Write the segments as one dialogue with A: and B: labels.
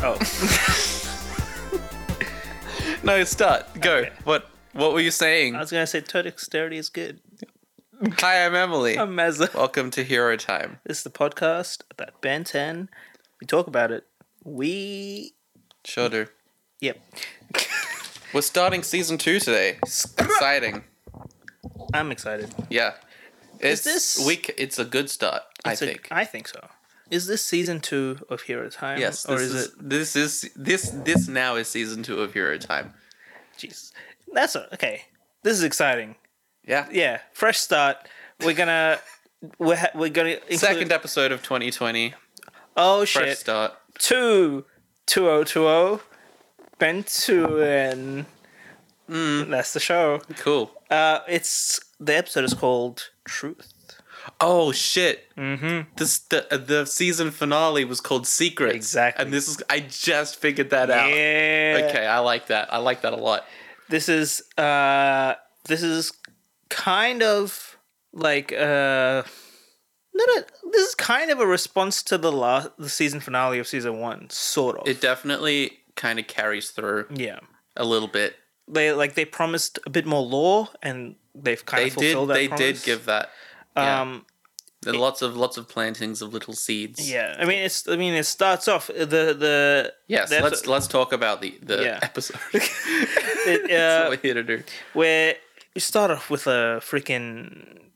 A: oh,
B: no, start. Go.
A: Okay.
B: What What were you saying?
A: I was gonna say total dexterity is good.
B: Hi, I'm Emily.
A: I'm Mazza.
B: Welcome to Hero Time.
A: This is the podcast about Ben 10. We talk about it. We
B: Sure do.
A: yep.
B: We're starting season two today. It's exciting.
A: I'm excited.
B: Yeah. It's
A: this-
B: week? It's a good start. I
A: It's a-
B: think.
A: I think so. Is this season two of Hero Time?
B: yes.
A: Or
B: this
A: is, it?
B: This is this this now is season two of Hero Time.
A: Jeez, that's a, okay. This is exciting.
B: Yeah.
A: Yeah, fresh start. We're gonna we're ha- we're gonna include,
B: Second episode of 2020.
A: Oh
B: Fresh
A: shit!
B: start.
A: Two two oh two oh Bentuin. Mm. That's the show.
B: Cool.
A: Uh, it's the episode is called Truth.
B: Oh shit! Mm-hmm. This the the season finale was called Secrets.
A: Exactly.
B: And this is I just figured that out.
A: Yeah.
B: Okay, I like that. I like that a lot.
A: This is uh this is kind of like uh not a, this is kind of a response to the last the season finale of season 1 sort of.
B: It definitely kind of carries through
A: yeah.
B: a little bit.
A: They like they promised a bit more lore and they've kind
B: They
A: of fulfilled
B: did.
A: that
B: They
A: promise.
B: did give that. Yeah.
A: um
B: There are lots of lots of plantings of little seeds.
A: yeah. I mean it's I mean it starts off the the
B: Yes.
A: that's-
B: let's let's talk about the the
A: Yeah.
B: episode. That's
A: it, uh,
B: what we're here to do.
A: where you start off with a freaking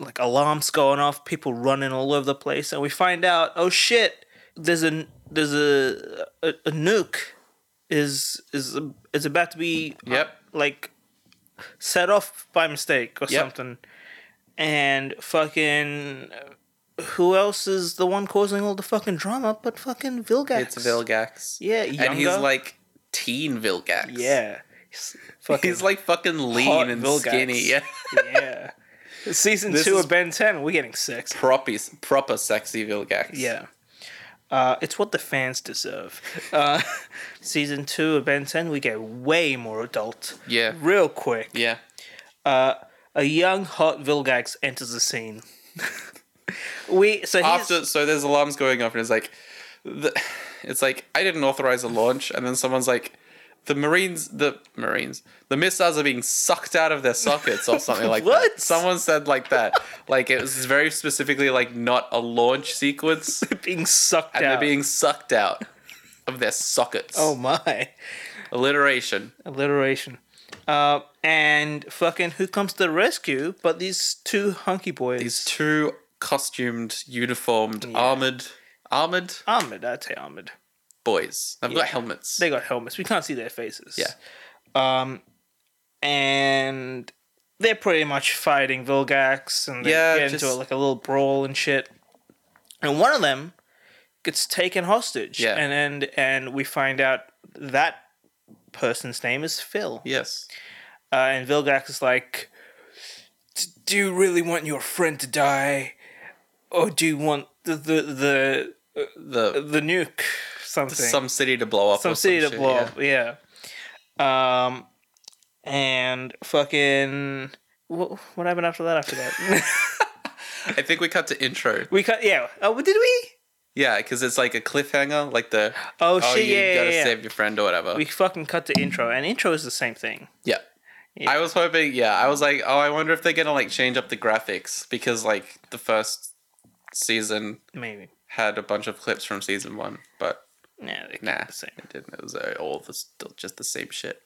A: like alarms going off, people running all over the place, and we find out, oh shit, there's a there's a a, a nuke is is is about to be uh,
B: Yep.
A: like set off by mistake or
B: Yep.
A: something, and fucking. Who else is the one causing all the fucking drama but fucking Vilgax?
B: It's Vilgax.
A: Yeah,
B: And he's
A: younger.
B: like teen Vilgax.
A: Yeah. He's fucking
B: He's like fucking lean
A: Hot
B: and
A: Vilgax.
B: skinny. Yeah.
A: yeah. Season
B: This
A: two
B: is-
A: of Ben Ten, we're getting six.
B: proper, proper sexy Vilgax.
A: Yeah. Uh, it's what the fans deserve. Uh, season two of Ben 10, we get way more adult.
B: Yeah.
A: Real quick.
B: Yeah.
A: A young, hot Vilgax enters the scene. we, so he's,
B: After, so there's alarms going off, and it's like, the, it's like, I didn't authorize the launch, and then someone's like, the Marines, the Marines, the missiles are being sucked out of their sockets or something like
A: What?
B: that. Someone said like that. like it was very specifically like not a launch sequence, and
A: being sucked out.
B: they're being sucked out of their sockets.
A: oh my.
B: Alliteration.
A: Alliteration. Uh, and fucking who comes to the rescue but these two hunky boys?
B: These two costumed, uniformed, armored, armored
A: Armored, I'd say armored.
B: boys. They've got helmets.
A: They got helmets. We can't see their faces.
B: Yeah.
A: Um, and they're pretty much fighting Vilgax, and they
B: Yeah,
A: get
B: just-
A: into like a little brawl and shit. And one of them gets taken hostage.
B: Yeah.
A: And and and we find out that person's name is Phil.
B: yes.
A: Uh, and Vilgax is like, "D- "Do you really want your friend to die, or do you want the the
B: The
A: the, the nuke something?"
B: some city to blow up. or
A: some city to
B: shit,
A: blow
B: yeah.
A: up. Yeah. Um, and fucking what, what happened after that? After that,
B: I think we cut to intro.
A: we cut. Yeah. Oh, did we?
B: Yeah, because it's like a cliffhanger, like the
A: Oh,
B: oh
A: shit!
B: you
A: Yeah, yeah,
B: gotta
A: yeah.
B: save your friend or whatever.
A: We fucking cut to intro, and intro is the same thing.
B: yeah. I was hoping, yeah, I was like, oh, I wonder if they're gonna like change up the graphics because like the first season
A: Maybe.
B: had a bunch of clips from season one, but
A: Yeah, they keep
B: nah,
A: it the same.
B: it didn't. It was uh, all the, still just the same shit.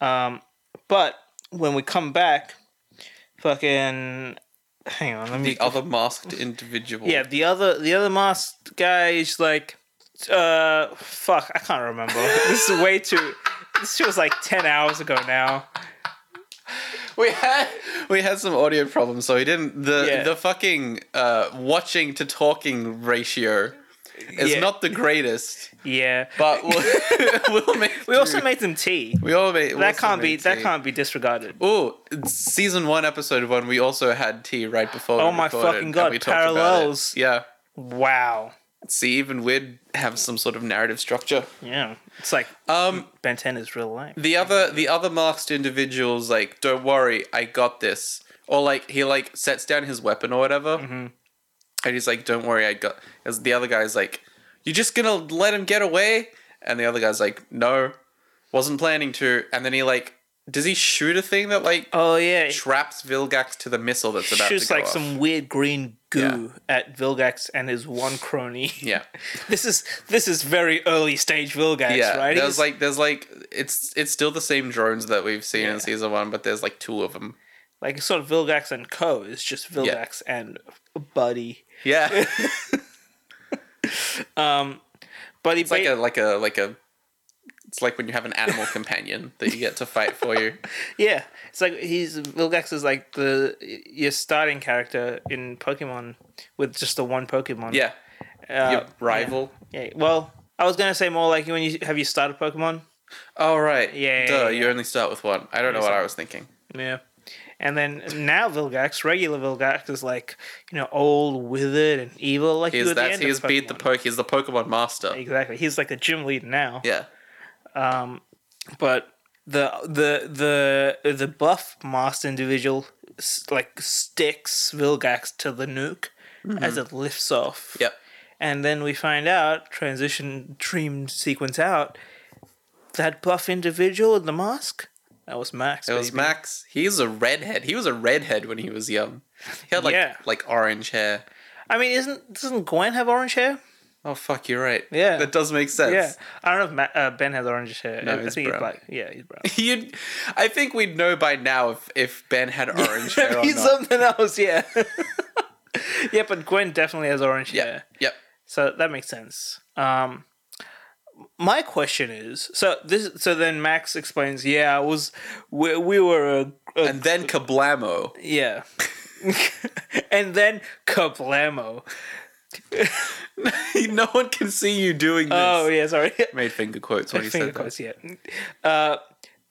A: Um, but when we come back, fucking. Hang on, let me.
B: The other masked individual.
A: Yeah, the other the other masked guy is like, uh, fuck, I can't remember. this is way too. This was like ten hours ago now.
B: we had we had some audio problems, so we didn't. The
A: Yeah.
B: the fucking uh, watching to talking ratio is
A: Yeah.
B: not the greatest,
A: Yeah,
B: but we'll, we'll make.
A: we also
B: do.
A: made them tea.
B: we all made
A: That can't be that can't be disregarded.
B: Oh, season one, episode one. We also had tea right before.
A: Oh
B: we
A: my
B: recorded,
A: fucking
B: and
A: God,
B: we talked about it.
A: parallels.
B: Yeah.
A: Wow.
B: See, even we'd have some sort of narrative structure.
A: Yeah, it's like
B: Um,
A: Ben 10 is real life.
B: the other the other masked individual's like don't worry i got this or like he like sets down his weapon or whatever
A: Mm-hmm.
B: and he's like don't worry i got as the other guy's like you're just gonna let him get away and the other guy's like no wasn't planning to, and then he like does he shoot a thing that like
A: Oh yeah, it
B: traps Vilgax to the missile that's about
A: shoots
B: to go
A: like
B: off?
A: some weird green goo at Vilgax and his one crony.
B: yeah,
A: this is this is very early stage Vilgax,
B: yeah.
A: right?
B: There's
A: He's-
B: like there's like it's it's still the same drones that we've seen in season one, but there's like two of them.
A: like it's sort of Vilgax and Co. It's just Vilgax and Buddy.
B: Yeah,
A: Um, Buddy,
B: it's like
A: ba-
B: a like a like a. It's like when you have an animal companion that you get to fight for you.
A: yeah, it's like he's Vilgax is like the your starting character in Pokemon with just the one Pokemon.
B: Yeah,
A: uh,
B: your rival.
A: Yeah. Well, I was gonna say more like when you have you started Pokemon.
B: Oh right.
A: Yeah,
B: Duh,
A: yeah,
B: you
A: yeah.
B: only start with one. I don't know what I was thinking.
A: Yeah. And then now Vilgax, regular Vilgax, is like you know old, withered, and evil. Like you
B: He's
A: at the
B: that's
A: end of
B: he's beat the
A: Pokemon.
B: poke. He's the Pokemon master.
A: Exactly. He's like the gym leader now.
B: Yeah.
A: But the the the the buff master individual s- like sticks Vilgax to the nuke as it lifts off.
B: Yep.
A: And then we find out transition dream sequence out that buff individual in the mask that was Max.
B: It was
A: baby.
B: Max. He's a redhead. He was a redhead when he was young. He had like
A: Yeah.
B: like orange hair.
A: I mean, isn't doesn't Gwen have orange hair?
B: Oh fuck, you're right.
A: Yeah.
B: that does make sense.
A: Yeah, I don't know if Ma- uh, Ben has orange hair.
B: No,
A: I
B: he's
A: think
B: brown.
A: black. Yeah, he's brown.
B: You'd, I think we'd know by now if, if Ben had orange hair or
A: he's
B: not.
A: something else. Yeah. yeah, but Gwen definitely has orange
B: Yep,
A: hair.
B: yep.
A: So that makes sense. Um, my question is, so this, so then Max explains, yeah, I was, we, we were a, a-
B: And then Kablamo.
A: yeah, and then kablamo.
B: no one can see you doing this.
A: Oh yeah, sorry.
B: Made finger quotes when he
A: Finger
B: said that.
A: quotes, yeah. Uh,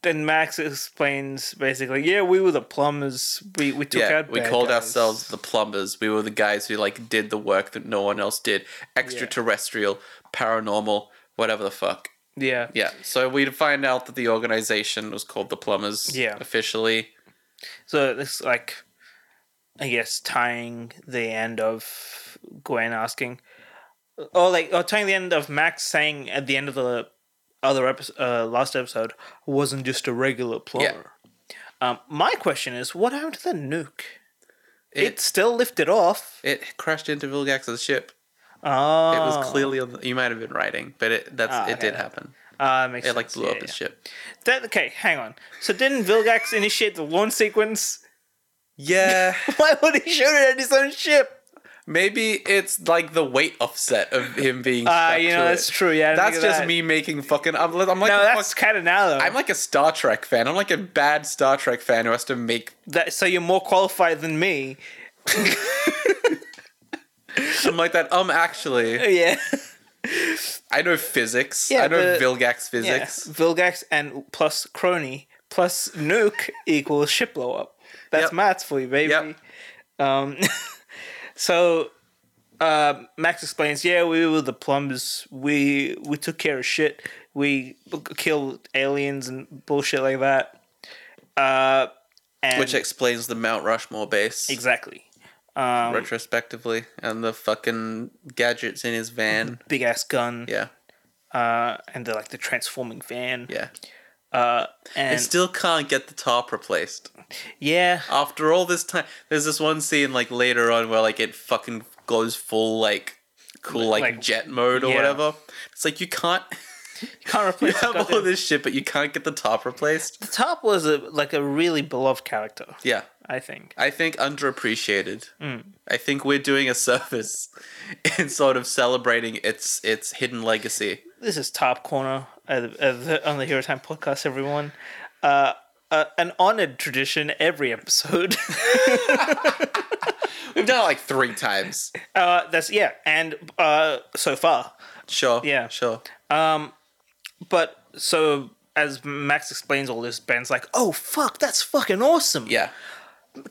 A: then Max explains basically, yeah, we were the plumbers. We we took
B: Yeah,
A: out.
B: we
A: bad
B: called
A: guys."
B: ourselves the plumbers. We were the guys who like did the work that no one else did. Extraterrestrial, paranormal, whatever the fuck.
A: Yeah,
B: Yeah. So we find out that the organization was called the Plumbers.
A: Yeah.
B: Officially.
A: So this like I guess tying the end of Gwen asking or like or tying the end of Max saying at the end of the other episode uh, last episode "I wasn't just a regular plumber. Um, my question is what happened to the nuke? It,
B: It
A: still lifted off.
B: it crashed into Vilgax's ship.
A: Oh.
B: It was clearly on. The, you might have been writing, but it that's
A: Ah,
B: it
A: okay.
B: did happen.
A: Uh, makes
B: It like
A: sense.
B: blew
A: Yeah,
B: up his
A: yeah.
B: ship.
A: That, okay, hang on. So didn't Vilgax initiate the launch sequence?
B: Yeah,
A: Why would he shoot it at his own ship?
B: maybe it's like the weight offset of him being.
A: Ah,
B: stuck
A: you
B: to
A: know
B: it.
A: that's true. Yeah, I didn't
B: That's
A: think of
B: just
A: that.
B: me making fucking. I'm, li- I'm like,
A: No,
B: a
A: that's
B: fuck-
A: kind of now though.
B: I'm like a Star Trek fan. I'm like a bad Star Trek fan who has to make.
A: that so you're more qualified than me.
B: I'm like that. Um, actually,
A: Yeah.
B: I know physics.
A: Yeah,
B: I know
A: the-
B: Vilgax
A: yeah.
B: physics.
A: Vilgax and plus crony plus nuke equals ship blow up. That's
B: Yep.
A: maths for you, baby.
B: Yep.
A: Um, so uh, Max explains, yeah, we were the plumbers. We we took care of shit. We killed aliens and bullshit like that. Uh, and
B: Which explains the Mount Rushmore base
A: exactly. Um,
B: retrospectively, and the fucking gadgets in his van.
A: big ass gun
B: Yeah,
A: uh, and the like the transforming van
B: yeah.
A: uh,
B: I
A: and
B: still can't get the top replaced.
A: yeah
B: after all this time there's this one scene like later on where like it fucking goes full like cool like,
A: Like-
B: jet mode or
A: yeah.
B: whatever it's like you can't
A: can't
B: you
A: replace the
B: have all
A: goddamn-
B: this shit but you can't get the top replaced
A: The top was a like a really beloved character,
B: yeah
A: I think.
B: i think underappreciated
A: Mm.
B: i think we're doing a service in sort of celebrating its its hidden legacy
A: This is top corner of, of the, on the Hero Time podcast. Everyone, uh, uh, an honored tradition every episode.
B: we've done it like three times
A: uh, that's yeah, and uh, so far,
B: sure
A: Yeah.
B: sure
A: but so as Max explains all this, Ben's like, "Oh fuck, that's fucking awesome!
B: yeah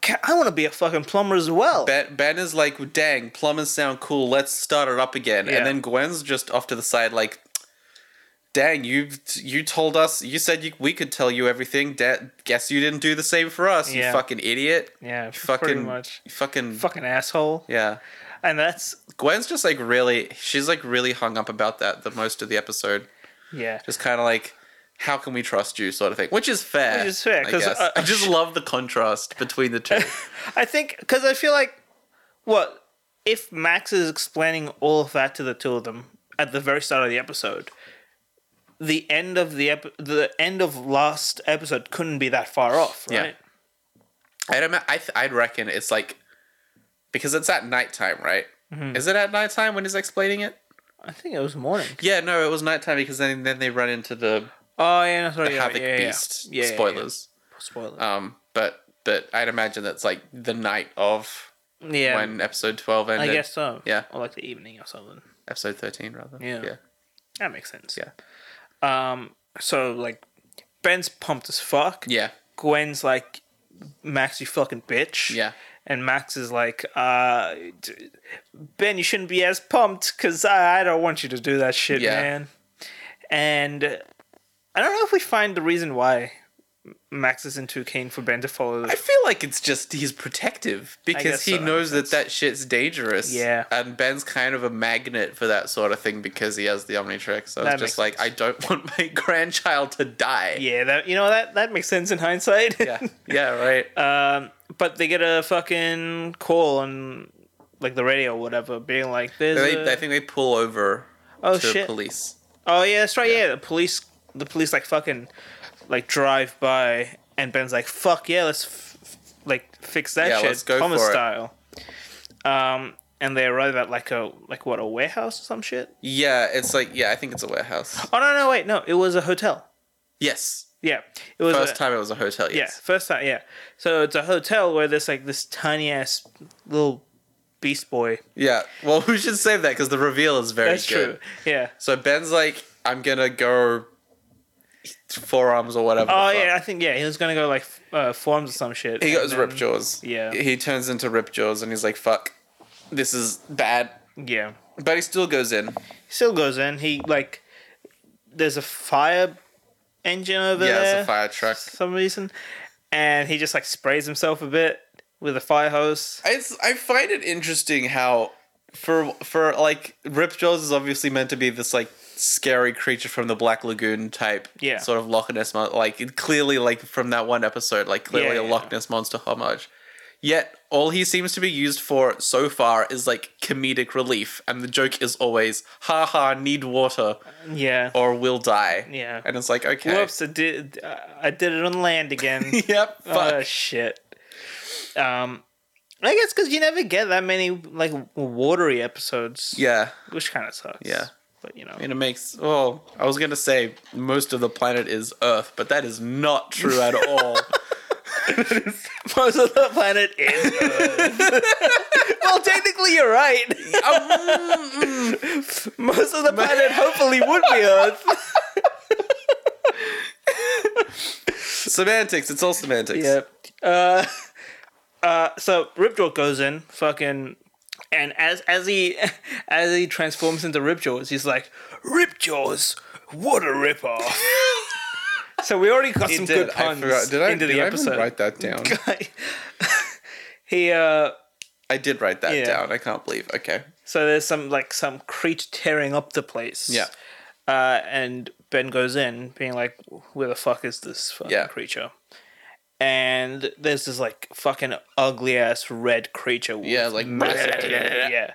A: Ca- I want to be a fucking plumber as well."
B: Ben, ben is like, dang, plumbers sound cool. Let's start it up again.
A: Yeah.
B: And then Gwen's just off to the side, like, dang, you you told us, you said you, we could tell you everything. Da- guess you didn't do the same for us. You
A: Yeah.
B: fucking idiot.
A: yeah,
B: You fucking,
A: pretty much.
B: you fucking,
A: Fucking asshole.
B: yeah.
A: And that's
B: Gwen's just like really, she's like really hung up about that the most of the episode.
A: yeah.
B: Just kind of like, how can we trust you sort of thing, which is fair.
A: Which is fair,
B: I
A: 'cause,
B: guess.
A: uh,
B: I just love the contrast between the two.
A: I think because I feel like what if Max is explaining all of that to the two of them at the very start of the episode. The end of the ep- the end of last episode couldn't be that far off,
B: Yeah.
A: right?
B: I'd, ima- I th- I'd reckon it's like because it's at nighttime, right? Is it at nighttime when he's explaining it?
A: I think it was morning.
B: Yeah, no, it was nighttime because then then they run into the
A: Oh yeah, no, sorry,
B: the
A: yeah,
B: havoc
A: yeah, yeah.
B: beast
A: Yeah, yeah, yeah.
B: spoilers.
A: Spoiler.
B: Um, but but I'd imagine that's like the night of
A: yeah,
B: when episode twelve
A: I
B: ended.
A: guess so.
B: yeah.
A: or like the evening or something.
B: Episode thirteen, rather.
A: Yeah.
B: yeah.
A: That makes sense.
B: Yeah.
A: Um. So like, Ben's pumped as fuck.
B: Yeah.
A: Gwen's like, Max, you fucking bitch.
B: Yeah.
A: And Max is like, uh, d- Ben, you shouldn't be as pumped because I, I don't want you to do that shit,
B: Yeah.
A: man. And uh, I don't know if we find the reason why Max isn't too keen for Ben to follow.
B: I feel like it's just he's protective because
A: guess
B: he
A: so, that
B: knows that
A: makes
B: that shit's dangerous.
A: Yeah.
B: And Ben's kind of a magnet for that sort of thing because he has the Omnitrix. So
A: That
B: it's just
A: makes
B: like, I don't want my grandchild to die.
A: yeah, that you know that that makes sense in hindsight.
B: Yeah. Yeah, right.
A: Um, but they get a fucking call on like the radio or whatever, being like, "There's a-
B: they, I think they pull over
A: Oh,
B: to
A: shit.
B: police.
A: Oh yeah, that's right. Yeah. the police, the police like fucking, like drive by, and Ben's like, "Fuck yeah, let's f- f- like fix that
B: Yeah,
A: shit,
B: let's go
A: Thomas
B: for it."
A: style." Um, and they arrive at like a like what a warehouse or some shit.
B: Yeah, it's like, yeah, I think it's a warehouse.
A: Oh no, no, wait, no, it was a hotel.
B: Yes.
A: Yeah, it was
B: First
A: a,
B: time it was a hotel,
A: Yeah,
B: yes.
A: first time. Yeah, so it's a hotel where there's like this tiny ass little beast boy.
B: Yeah. Well, we should save that because the reveal is very
A: That's
B: good.
A: true. Yeah.
B: So Ben's like, I'm going to go forearms or whatever. the
A: Oh
B: fuck.
A: yeah, I think yeah he was gonna go like f- uh, forms or some shit.
B: He
A: and
B: goes
A: then-
B: rip jaws.
A: yeah.
B: He turns into rip jaws and he's like, fuck, this is bad.
A: Yeah.
B: But he still goes in.
A: still goes in. He like there's a fire engine over
B: yeah,
A: there
B: it's a fire truck.
A: for some reason, and he just like sprays himself a bit with a fire hose.
B: It's I find it interesting how for for like Rip Jaws is obviously meant to be this like scary creature from the Black Lagoon type
A: Yeah.
B: sort of Loch Ness mon- like it clearly like from that one episode, like clearly
A: Yeah,
B: a
A: yeah,
B: Loch Ness monster homage. Yet all he seems to be used for so far is like comedic relief, and the joke is always "ha ha, need water"
A: Yeah.
B: or "will die."
A: Yeah.
B: Oh. and it's like okay,
A: Whoops! I did. I did it on land again.
B: yep, fuck.
A: oh shit. Um, I guess because you never get that many like watery episodes.
B: yeah.
A: Which kind of sucks.
B: Yeah.
A: But you know.
B: I mean, it makes. Well, I was gonna say most of the planet is Earth, but that is not true at all.
A: Most of the planet is Earth. well, technically, you're right. Most of the planet hopefully would be Earth.
B: semantics. It's all semantics.
A: Uh, uh, so Ripjaw goes in, fucking, and as as he as he transforms into Ripjaws, he's like, Ripjaws, what a ripoff. so we already got some
B: It did.
A: good
B: I
A: puns
B: forgot. Did I,
A: into
B: did
A: the
B: I even
A: episode.
B: write that down?
A: he uh.
B: I did write that
A: Yeah.
B: down. I can't believe. Okay.
A: So there's some like some creature tearing up the place.
B: Yeah.
A: Uh, and Ben goes in, being like, "Where the fuck is this fucking
B: Yeah.
A: creature?" And there's this like fucking ugly ass red creature. with
B: Yeah, like massive.
A: yeah.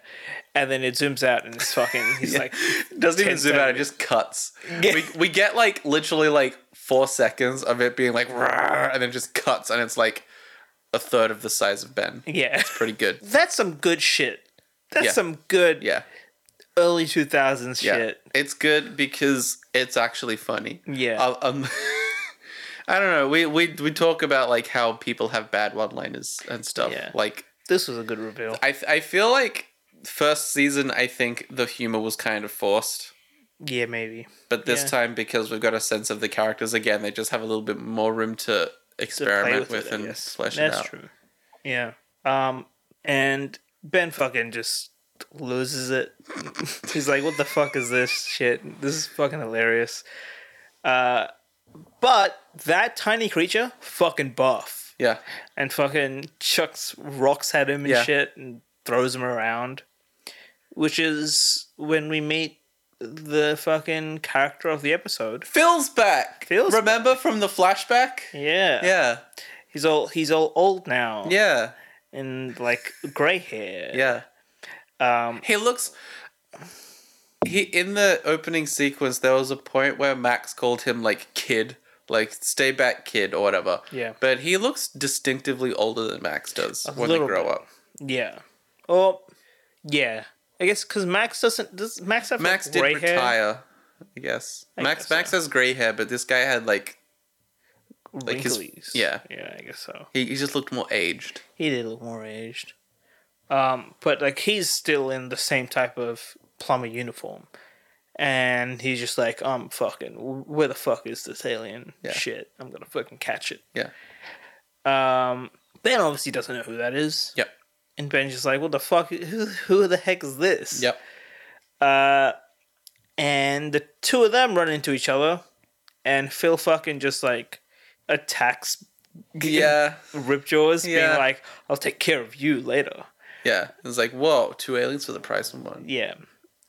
A: And then it zooms out and it's fucking. He's like,
B: Doesn't even
A: 10
B: zoom out. It just cuts.
A: Yeah.
B: We we get like literally like four seconds of it being like, "Rawr," and then just cuts, and it's like a third of the size of Ben.
A: yeah.
B: Pretty good.
A: That's some good shit. That's
B: Yeah.
A: some good
B: Yeah.
A: early two thousands
B: Yeah.
A: shit.
B: It's good because it's actually funny.
A: Yeah.
B: I'll- Um, I don't know. We, we we talk about like how people have bad one-liners and stuff.
A: Yeah.
B: Like
A: This was a good reveal.
B: I I feel like first season I think the humor was kind of forced,
A: Yeah, maybe.
B: but this
A: Yeah.
B: time because we've got a sense of the characters again, they just have a little bit more room to
A: to play
B: experiment with,
A: it, I
B: and
A: guess.
B: flesh
A: That's
B: it out.
A: true. Yeah. Um, and Ben fucking just loses it. He's like, "What the fuck is this shit? This is fucking hilarious." Uh, but that tiny creature fucking buff
B: Yeah.
A: and fucking chucks rocks at him and
B: Yeah.
A: shit and throws him around, which is when we meet the fucking character of the episode.
B: Phil's back.
A: Phil's
B: remember from the flashback?
A: Yeah.
B: Yeah,
A: He's all he's all old now.
B: yeah,
A: And like grey hair.
B: yeah.
A: Um
B: He looks. He in the opening sequence, there was a point where Max called him like kid, like stay back kid or whatever.
A: Yeah.
B: But he looks distinctively older than Max does when they
A: little
B: grow
A: bit.
B: up.
A: yeah. Or yeah. I guess cuz Max doesn't does Max have
B: Max
A: like,
B: did
A: gray
B: retire,
A: hair?
B: I guess.
A: I
B: Max
A: guess
B: Max
A: so.
B: has gray hair, but this guy had like like his-
A: Wrinklies.
B: yeah.
A: Yeah, I guess so.
B: he, he just looked more aged.
A: He did look more aged. Um, but like he's still in the same type of plumber uniform. And he's just like, I'm fucking where the fuck is this alien
B: Yeah.
A: shit? I'm gonna fucking catch it.
B: Yeah.
A: Um Ben obviously doesn't know who that is.
B: Yep.
A: And Ben's just like, what the fuck who who the heck is this?
B: Yep.
A: Uh and the two of them run into each other and Phil fucking just like attacks
B: Yeah.
A: Ripjaws
B: Yeah.
A: being like, I'll take care of you later.
B: Yeah. It's like, whoa, two aliens for the price of one.
A: Yeah.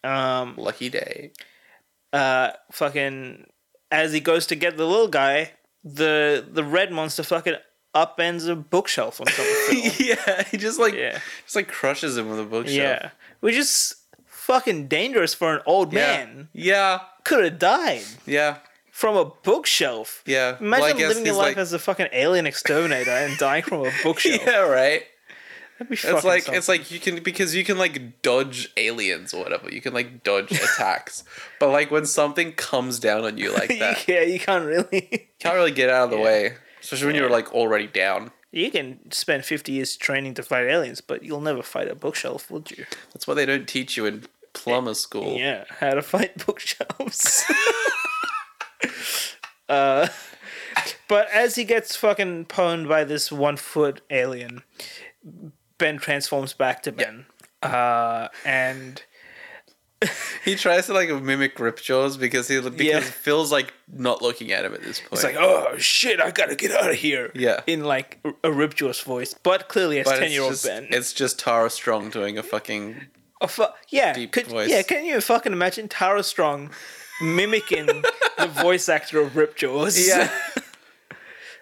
A: Um
B: Lucky day.
A: uh fucking as he goes to get the little guy, the the red monster fucking upends a bookshelf on top of Phil.
B: yeah. He just like
A: yeah.
B: just like crushes him with a bookshelf.
A: Yeah. Which is fucking dangerous for an old
B: Yeah.
A: man.
B: Yeah.
A: Could have died
B: Yeah.
A: from a bookshelf.
B: Yeah.
A: Imagine
B: Well, I guess
A: living your
B: he's,
A: life
B: like-
A: as a fucking alien exterminator and dying from a bookshelf.
B: Yeah, right.
A: That'd be fucking
B: It's like
A: something.
B: it's like you can because you can like dodge aliens or whatever. You can like dodge attacks. But like when something comes down on you like that,
A: yeah, you can't really.
B: can't really get out of the
A: Yeah.
B: way, especially when you're like already down.
A: You can spend fifty years training to fight aliens, but you'll never fight a bookshelf, would you?
B: That's why they don't teach you in plumber school.
A: Yeah, how to fight bookshelves. uh, but as he gets fucking pwned by this one foot alien, Ben transforms back to Ben. Uh, and
B: He tries to like mimic Ripjaws because he because
A: Yeah.
B: Phil's like not looking at him at this point.
A: it's like, oh shit, I gotta get out of here.
B: Yeah.
A: In like a Ripjaw's voice, but clearly as
B: But
A: 10
B: it's
A: year old
B: just,
A: Ben.
B: It's just Tara Strong doing a fucking
A: Oh, fu- yeah,
B: deep
A: could,
B: voice.
A: yeah, can you fucking imagine Tara Strong mimicking the voice actor of Ripjaws?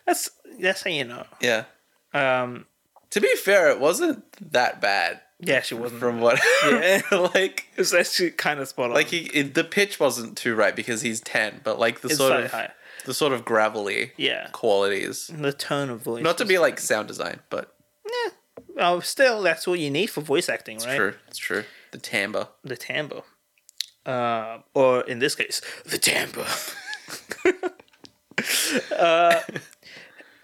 A: that's, that's how you know.
B: yeah.
A: Um,
B: To be fair, it wasn't that bad
A: yeah, she wasn't.
B: from what
A: Yeah.
B: like
A: It was actually kind of spot on.
B: like he it, the pitch wasn't too right because he's ten, but like the
A: it's
B: sort
A: slightly
B: of
A: higher.
B: the sort of gravelly
A: Yeah,
B: qualities.
A: And the tone of voice.
B: Not to
A: was-
B: be like sound design, but
A: Oh, still, that's all you need for voice acting,
B: it's
A: right?
B: true. It's true. The timbre.
A: The timbre, uh, or in this case, the timbre. uh,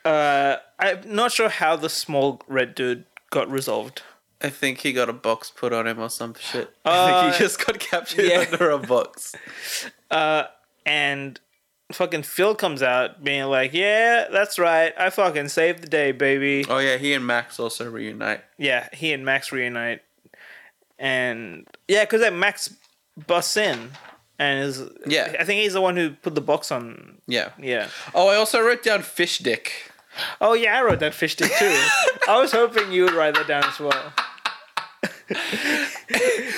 A: uh, I'm not sure how the small red dude got resolved.
B: I think he got a box put on him or some shit. I think
A: Uh,
B: he just got captured
A: yeah.
B: under a box.
A: and fucking Phil comes out being like, "Yeah, that's right. I fucking saved the day, baby."
B: Oh yeah, he and Max also reunite.
A: Yeah, he and Max reunite, and yeah, because then Max busts in, and is
B: Yeah.
A: I think he's the one who put the box on.
B: Yeah.
A: Yeah.
B: Oh, I also wrote down fish dick.
A: Oh yeah, I wrote that fish stick too. I was hoping you would write that down as well.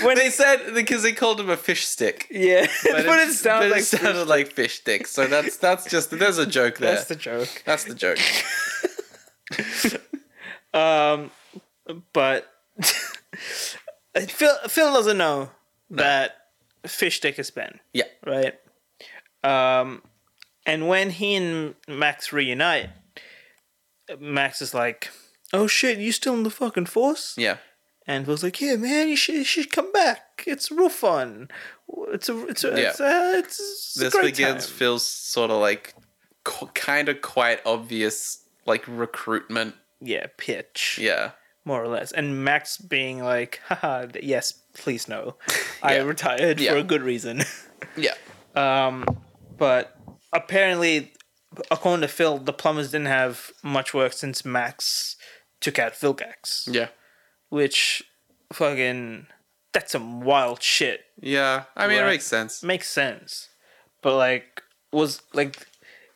A: when
B: They said because they called him a fish stick.
A: yeah, but, it,
B: it's-
A: sounds
B: but
A: like
B: it sounded like fish dick. So that's that's just there's a joke there.
A: that's the joke.
B: That's the joke.
A: Um, but Phil Phil doesn't know that fish dick is Ben,
B: Yeah.
A: right? Um, and when he and Max reunite, Max is like, "Oh shit, you still in the fucking force?"
B: Yeah.
A: And Phil's like, "Yeah, man, you should, you should come back. It's real fun. It's a it's a
B: Yeah.
A: it's a, it's a
B: this
A: great
B: begins
A: time."
B: Phil's sort of like qu- kind of quite obvious like recruitment.
A: yeah, pitch.
B: Yeah.
A: more or less. And Max being like, haha, th- yes, please no. I
B: Yeah.
A: retired
B: Yeah.
A: for a good reason.
B: Yeah.
A: um, but apparently, according to Phil, the plumbers didn't have much work since Max took out Vilgax,
B: Yeah.
A: which fucking, that's some wild shit.
B: Yeah. I mean, it
A: Right.
B: makes sense.
A: Makes sense. But like, was like,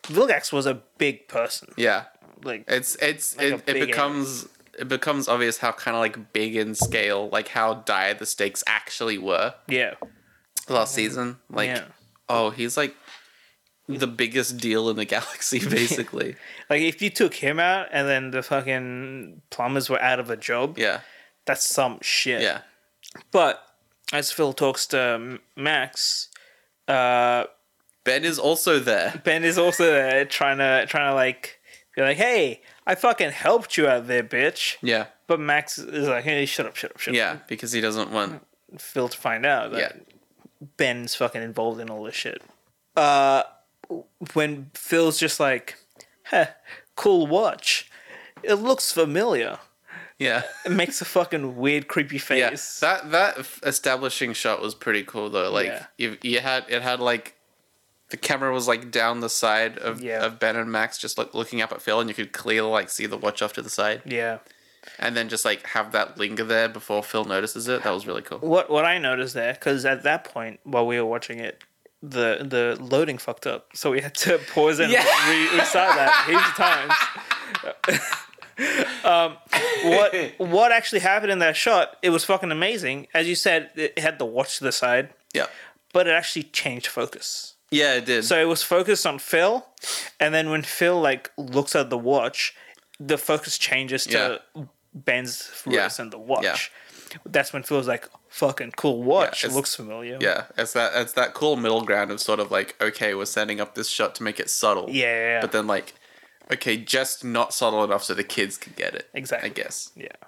A: Vilgax was a big person.
B: Yeah.
A: Like,
B: It's it's
A: Like a
B: it, it
A: big
B: becomes it becomes obvious how kind of like big in scale, like how dire the stakes actually were.
A: yeah.
B: the last season. Like,
A: Yeah.
B: oh, he's like the biggest deal in the galaxy, basically.
A: Like if you took him out and then the fucking plumbers were out of a job,
B: yeah,
A: that's some shit.
B: yeah,
A: But as Phil talks to M- Max, uh,
B: Ben is also there.
A: Ben is also there trying to trying to like be like, hey, I fucking helped you out there, bitch.
B: Yeah,
A: But Max is like, hey, shut up, shut up, shut up.
B: yeah, because he doesn't want.
A: Phil to find out that
B: Yeah,
A: Ben's fucking involved in all this shit. Uh, when Phil's just like, huh, cool watch. It looks familiar.
B: yeah,
A: It makes a fucking weird, creepy
B: yeah.
A: face.
B: That that f- establishing shot was pretty cool though. Like
A: Yeah.
B: you, you had it had like. The camera was like down the side of,
A: Yeah.
B: of Ben and Max, just like looking up at Phil, and you could clearly like see the watch off to the side,
A: yeah.
B: and then just like have that linger there before Phil notices it. That was really cool.
A: What what I noticed there, because at that point while we were watching it, the the loading fucked up, so we had to pause and
B: Yeah.
A: re- restart that heaps of times. um, what what actually happened in that shot? It was fucking amazing. As you said, it had the watch to the side,
B: Yeah,
A: but it actually changed focus.
B: yeah, it did.
A: So it was focused on Phil, and then when Phil like looks at the watch, the focus changes to Ben's wrist
B: Yeah.
A: and the watch. That's when Phil's like, "Fucking cool watch,
B: Yeah,
A: it
B: it's-
A: looks familiar."
B: Yeah, it's that it's that cool middle ground of sort of like, okay, we're setting up this shot to make it subtle.
A: yeah, yeah, yeah.
B: But then like, okay, just not subtle enough so the kids can get it.
A: Exactly.
B: I guess.
A: yeah.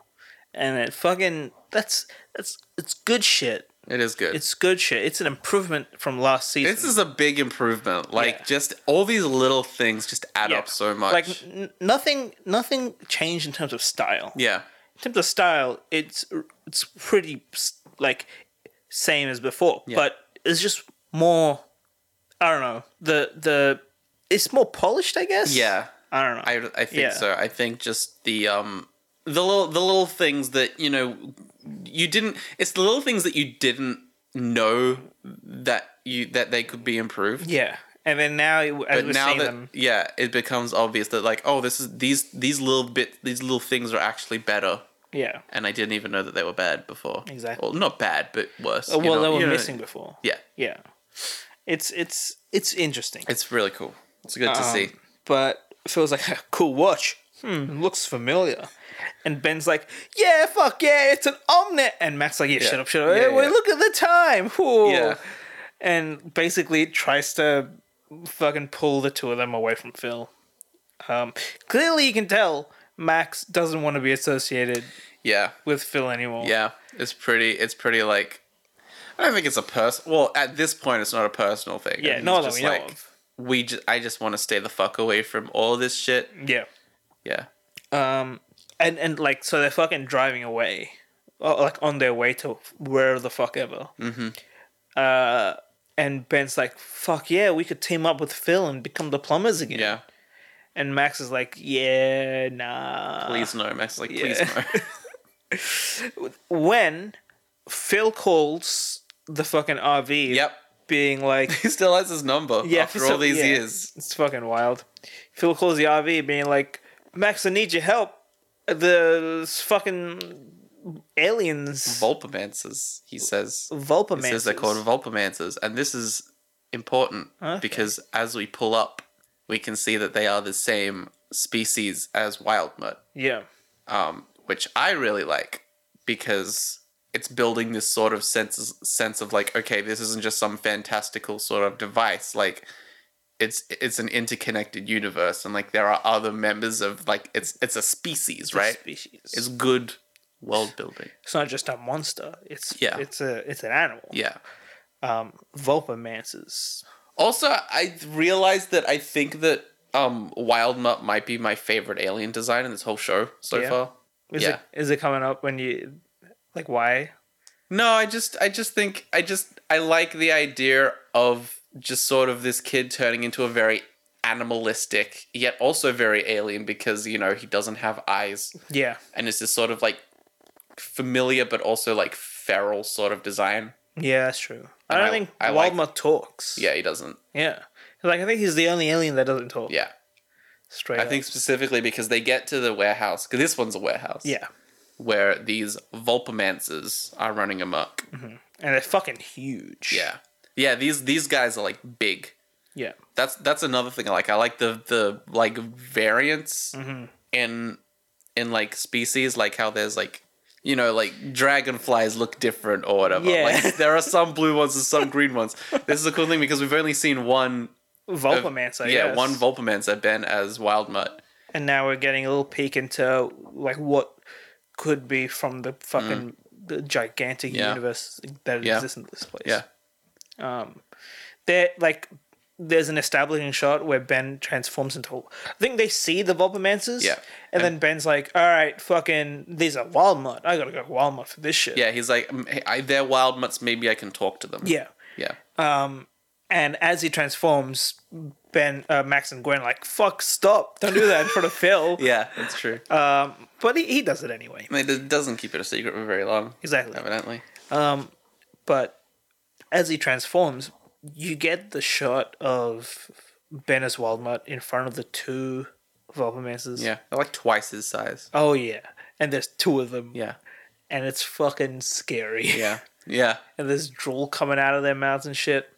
A: And it fucking that's that's it's good shit.
B: It is good.
A: It's good shit. It's an improvement from last season.
B: this is a big improvement. Like
A: Yeah.
B: just all these little things just add
A: Yeah.
B: up so much.
A: like n- nothing nothing changed in terms of style.
B: yeah.
A: in terms of style, it's it's pretty like same as before, but it's just more. I don't know the the it's more polished, I guess.
B: Yeah.
A: I don't know.
B: I, I think
A: Yeah.
B: so. I think just the um the little the little things that you know you didn't. It's the little things that you didn't know that you that they could be improved.
A: yeah, and then now it- as
B: but
A: we're
B: now
A: seeing
B: that
A: them,
B: yeah, it becomes obvious that like oh, this is these these little bit these little things are actually better,
A: yeah.
B: and I didn't even know that they were bad before.
A: Exactly.
B: Well, not bad, but worse.
A: Oh,
B: you
A: well,
B: know-
A: they
B: you
A: were
B: know,
A: missing before.
B: Yeah,
A: Yeah, it's it's it's interesting.
B: it's really cool. It's good to
A: Um,
B: see.
A: But Phil's like, cool watch. Hmm, looks familiar. And Ben's like, yeah, fuck yeah, it's an Omnet. And Mac's like, yeah, shut up, shut up.
B: Yeah,
A: Hey, wait,
B: yeah.
A: look at the time. Whoa.
B: Yeah.
A: And basically tries to fucking pull the two of them away from Phil. Um, clearly, you can tell Max doesn't want to be associated
B: Yeah,
A: with Phil anymore.
B: yeah. It's pretty. It's pretty like. I don't think it's a person. Well, at this point, it's not a personal thing.
A: Yeah,
B: I think
A: no,
B: it's
A: that
B: just
A: we know
B: like,
A: of.
B: we. Just, I just want to stay the fuck away from all this shit.
A: Yeah.
B: Yeah,
A: Um, and, and like, so they're fucking driving away, or, like on their way to where the fuck ever. Mm-hmm. Uh, and Ben's like, "Fuck yeah, we could team up with Phil and become the plumbers again."
B: yeah.
A: And Max is like, "Yeah, nah."
B: Please no, Max. Like,
A: Uh, yeah.
B: please no.
A: When Phil calls the fucking RV,
B: yep.
A: being like,
B: He still has his number
A: Yeah,
B: after
A: so-
B: all these
A: yeah.
B: years.
A: "It's fucking wild." Phil calls the RV, being like, "Max, I need your help. The fucking aliens."
B: Vulpamancers, he says.
A: Vulpamancers.
B: He says they're called Vulpamancers. And this is important
A: Okay.
B: because as we pull up, we can see that they are the same species as wild mud,
A: Yeah.
B: um, which I really like because it's building this sort of sense, sense of like, okay, this isn't just some fantastical sort of device. Like, it's it's an interconnected universe, and like there are other members of like it's it's a species, right?
A: Species.
B: It's good world building.
A: It's not just a monster. It's
B: Yeah.
A: It's a it's an animal.
B: Yeah.
A: Um, Vulpamancers.
B: Also, I realized that I think that um Wild Mutt might be my favorite alien design in this whole show so
A: Yeah.
B: far.
A: Is
B: Yeah.
A: it is it coming up when you like why?
B: No, I just I just think I just I like the idea of just sort of this kid turning into a very animalistic yet also very alien because you know he doesn't have eyes
A: Yeah.
B: and it's this sort of like familiar but also like feral sort of design.
A: Yeah, that's true. I
B: And
A: don't
B: I-
A: think
B: I like-
A: Wildma talks.
B: Yeah, he doesn't.
A: Yeah. Like I think he's the only alien that doesn't talk.
B: Yeah.
A: Straight
B: I
A: up.
B: think specifically because they get to the warehouse because this one's a warehouse.
A: Yeah.
B: where these vulpamancers are running amok.
A: And they're fucking huge.
B: Yeah. Yeah, these these guys are like big.
A: Yeah.
B: That's that's another thing I like. I like the the like variance
A: Mm-hmm.
B: in in like species, like how there's like you know like dragonflies look different or whatever.
A: Yeah.
B: Like there are some blue ones and some green ones. This is a cool thing because we've only seen one. of-
A: Vulpamancer.
B: yeah,
A: yes.
B: one Vulpamancer Ben as Wild Mutt.
A: and now we're getting a little peek into like what could be from the fucking the gigantic
B: Mm. Yeah.
A: universe that
B: Yeah.
A: exists in this place.
B: Yeah.
A: Um, there like there's an establishing shot where Ben transforms into. I think they see the Vulpamancers.
B: Yeah.
A: And, then Ben's like, "All right, fucking, these are wild mud. I gotta go wild mud for this shit."
B: Yeah, he's like, "Mm, hey, I, they're wild mutts. Maybe I can talk to them.
A: Yeah.
B: yeah,
A: Um, and as he transforms, Ben, uh, Max, and Gwen are like, "Fuck, stop! Don't do that in front of Phil."
B: yeah. That's true.
A: Um, but he, he does it anyway.
B: I mean, it doesn't keep it a secret for very long.
A: Exactly.
B: Evidently.
A: Um, but as he transforms, you get the shot of Ben as Wildmutt in front of the two Vulpamancers.
B: Yeah, they're like twice his size.
A: Oh yeah, and there's two of them.
B: Yeah,
A: And it's fucking scary.
B: yeah, yeah,
A: and there's drool coming out of their mouths and shit.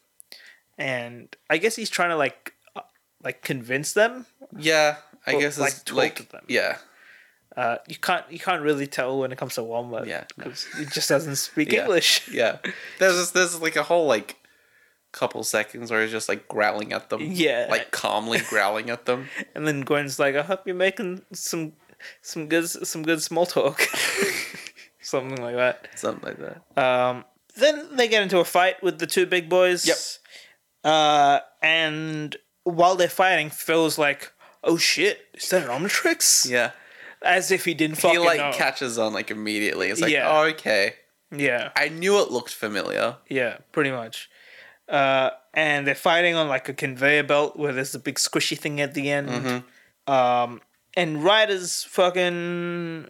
A: And I guess he's trying to like, uh, like convince them.
B: yeah. I
A: Well,
B: guess
A: like,
B: it's
A: talk
B: like
A: to them.
B: yeah,
A: Uh, you can't you can't really tell when it comes to Wildmutt.
B: Yeah, no.
A: because he just doesn't speak
B: Yeah.
A: English.
B: yeah. There's just, there's like a whole like couple seconds where he's just like growling at them.
A: Yeah.
B: like calmly growling at them.
A: And then Gwen's like, "I hope you're making some, some good, some good small talk, something like that."
B: Something like that.
A: Um, then they get into a fight with the two big boys.
B: Yep.
A: Uh, and while they're fighting, Phil's like, "Oh shit, is that an Omnitrix?"
B: Yeah,
A: As if he didn't
B: he
A: fucking
B: like
A: know.
B: catches on like immediately. It's like,
A: Yeah.
B: oh, okay.
A: yeah,
B: I knew it looked familiar.
A: yeah, pretty much. Uh, and they're fighting on like a conveyor belt where there's a big squishy thing at the end.
B: Mm-hmm.
A: Um, and Ryder's fucking.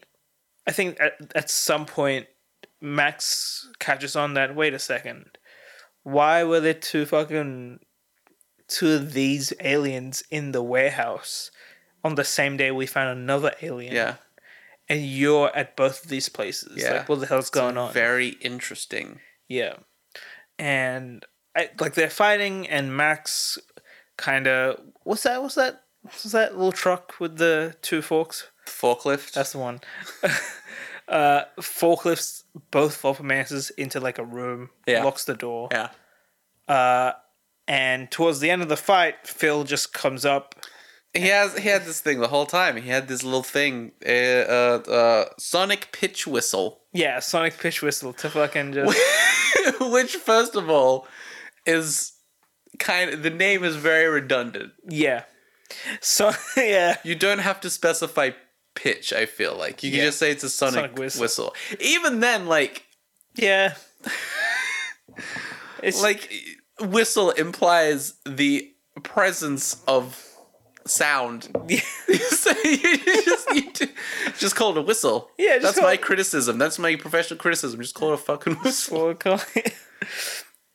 A: I think at, at some point, Max catches on that. Wait a second. Why were there two fucking. Two of these aliens in the warehouse on the same day we found another alien?
B: Yeah,
A: And you're at both of these places.
B: Yeah.
A: Like, what the hell's going on?
B: very interesting.
A: Yeah. And I, like they're fighting and Max kind of what's that what's that what's that little truck with the two forks?
B: Forklift.
A: That's the one. uh forklifts both Vulpamancers into like a room,
B: Yeah.
A: locks the door.
B: yeah.
A: Uh and towards the end of the fight, Phil just comes up.
B: He has he had this thing the whole time. He had this little thing, uh, uh, uh sonic pitch whistle,
A: Yeah, Sonic pitch whistle to fucking just
B: which first of all is kind of the name is very redundant.
A: yeah. So yeah,
B: You don't have to specify pitch. I feel like you
A: Yeah.
B: can just say it's a sonic,
A: Sonic whistle.
B: whistle. Even then, like
A: yeah. It's like
B: like whistle implies the presence of sound. so you just need to just call it a whistle.
A: Yeah, just
B: that's
A: call
B: my
A: it-
B: criticism. That's my professional criticism. Just call it a fucking whistle.
A: Well, call it-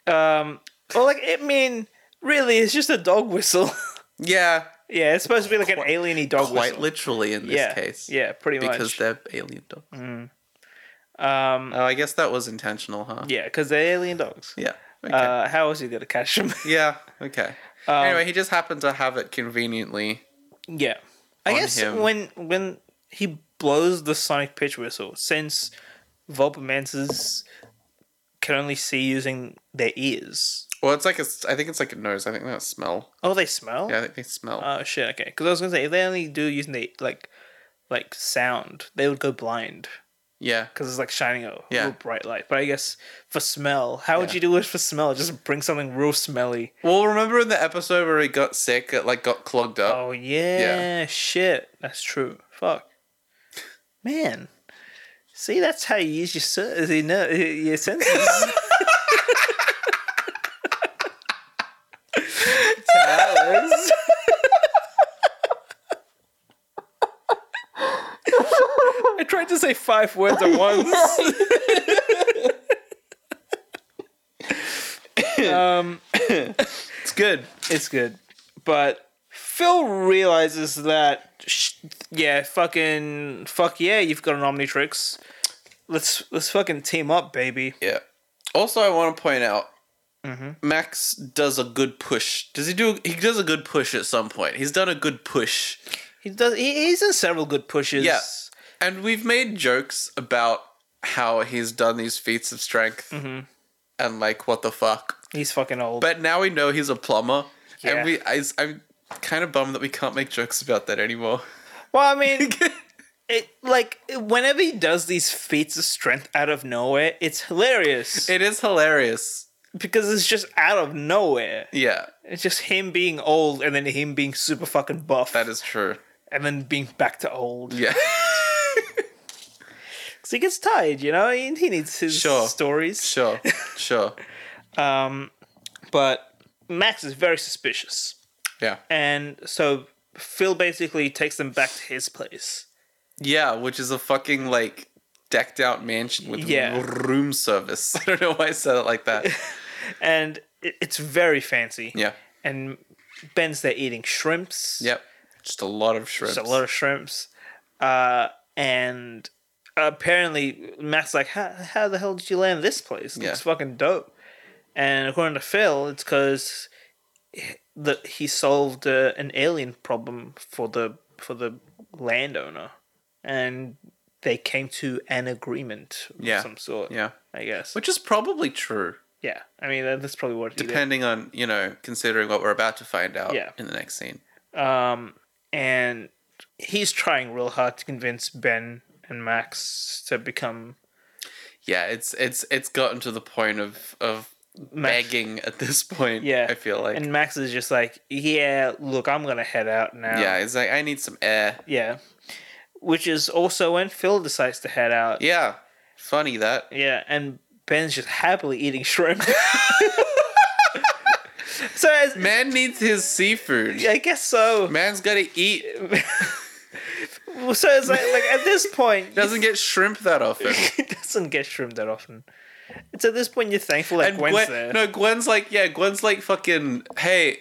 A: um, well, like I mean, really, it's just a dog whistle.
B: Yeah,
A: yeah, it's supposed to be like an alieny dog
B: quite
A: whistle.
B: literally in this
A: yeah,
B: case.
A: yeah, pretty
B: because
A: much.
B: they're alien dogs.
A: um,
B: Oh, I guess that was intentional, huh?
A: yeah, because they're alien dogs.
B: Yeah. Okay.
A: Uh, how else are you gonna catch them?
B: yeah. Okay. anyway, he just happened to have it conveniently.
A: yeah, I
B: On
A: guess
B: him.
A: when when he blows the sonic pitch whistle, since Vulpamancers can only see using their ears.
B: Well, it's like a. s- I think it's like a nose. I think that's smell.
A: Oh, they smell.
B: Yeah, I think they smell.
A: Oh shit. Okay. Because I was gonna say if they only do using the like like sound, they would go blind.
B: yeah.
A: because it's like shining a
B: Yeah.
A: real bright light. But I guess for smell, how would
B: Yeah.
A: you do it for smell? Just bring something real smelly.
B: Well, remember in the episode where he got sick, it like got clogged up.
A: Oh yeah, shit, that's true. Fuck, man. See, that's how you use your ser- you know, your senses. Towers. I tried to say five words at once. um,
B: It's good.
A: it's good, but Phil realizes that sh- yeah, fucking fuck yeah, you've got an Omnitrix. Let's let's fucking team up, baby.
B: Yeah. Also, I want to point out Max does a good push. Does he do? He does a good push at some point. He's done a good push.
A: He does. He, he's in several good pushes.
B: Yeah. And we've made jokes about how he's done these feats of strength and like what the fuck.
A: He's fucking old.
B: But now we know he's a plumber,
A: Yeah.
B: and we I, I'm kind of bummed that we can't make jokes about that anymore.
A: well, I mean, it like whenever he does these feats of strength out of nowhere, it's hilarious
B: it is hilarious.
A: because it's just out of nowhere.
B: Yeah,
A: It's just him being old and then him being super fucking buff
B: that is true.
A: and then being back to old.
B: Yeah,
A: Cuz he gets tired, you know? He, he needs his
B: Sure.
A: stories.
B: sure, sure.
A: Um but Max is very suspicious.
B: Yeah,
A: And so Phil basically takes them back to his place.
B: yeah. Which is a fucking like decked out mansion with
A: Yeah.
B: room service. I don't know why I said it like that.
A: And it, it's very fancy.
B: Yeah.
A: And Ben's there eating shrimps.
B: Yep. Just a lot of shrimps.
A: Just a lot of shrimps. Uh, and apparently, Matt's like, how, how the hell did you land this place? It
B: Yeah.
A: looks fucking dope. And according to Phil, it's because that he solved uh, an alien problem for the for the landowner, and they came to an agreement of
B: Yeah.
A: some sort.
B: yeah.
A: I guess.
B: Which is probably true,
A: yeah, I mean that- that's probably what he did.
B: depending on, you know, considering what we're about to find out
A: Yeah.
B: in the next scene.
A: Um, and he's trying real hard to convince Ben and Max to become
B: Yeah, it's it's it's gotten to the point of of
A: Max,
B: begging at this point.
A: Yeah.
B: I feel like.
A: and Max is just like, yeah, look, I'm gonna head out now.
B: yeah, it's like I need some air.
A: yeah. Which is also when Phil decides to head out. Yeah,
B: Yeah. Funny that.
A: and Ben's just happily eating shrimp. so it's,
B: Man needs his seafood.
A: I guess so.
B: Man's gotta eat.
A: Well, So it's like, like at this point,
B: Doesn't get shrimp that often.
A: it doesn't get shrimp that often. It's at this point you're thankful that
B: and
A: Gwen's
B: Gwen,
A: there.
B: no, Gwen's like, yeah, Gwen's like, fucking, hey,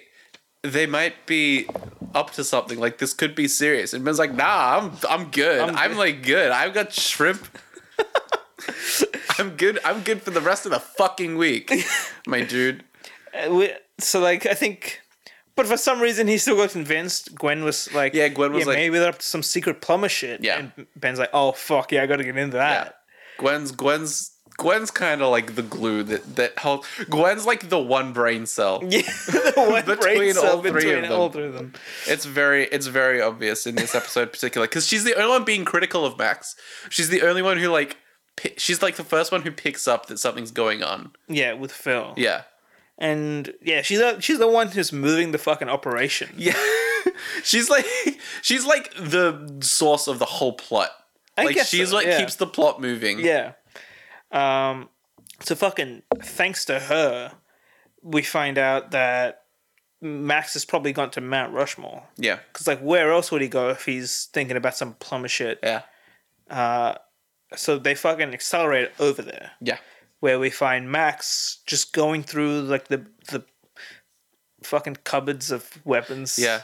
B: they might be up to something. Like this could be serious. And Ben's like, nah, I'm, I'm good. I'm,
A: I'm good."
B: like good. I've got shrimp. I'm good. I'm good for the rest of the fucking week, my dude.
A: Uh, we, so like I think, but for some reason he still got convinced. Gwen was like,
B: Yeah, Gwen was like-
A: maybe they're up to some secret plumber shit.
B: Yeah.
A: and Ben's like, oh fuck, yeah, I got to get into
B: Yeah.
A: that.
B: Gwen's Gwen's Gwen's kind of like the glue that that helps. Gwen's like the one brain cell.
A: Yeah, the one
B: Between
A: brain cell
B: all three
A: between
B: of them.
A: all three of them.
B: It's very it's very obvious in this episode in particular because she's the only one being critical of Max. She's the only one who like pi- she's like the first one who picks up that something's going on.
A: Yeah, with Phil.
B: Yeah,
A: and yeah, she's the, she's the one who's moving the fucking operation.
B: yeah. she's like she's like the source of the whole plot.
A: I
B: like
A: guess
B: she's
A: so,
B: what
A: yeah.
B: keeps the plot moving.
A: Yeah. Um, so fucking thanks to her, we find out that Max has probably gone to Mount Rushmore.
B: yeah,
A: Because, like, where else would he go if he's thinking about some plumber shit?
B: yeah,
A: So they fucking accelerate over there,
B: yeah.
A: where we find Max just going through, like, the, the fucking cupboards of weapons.
B: yeah.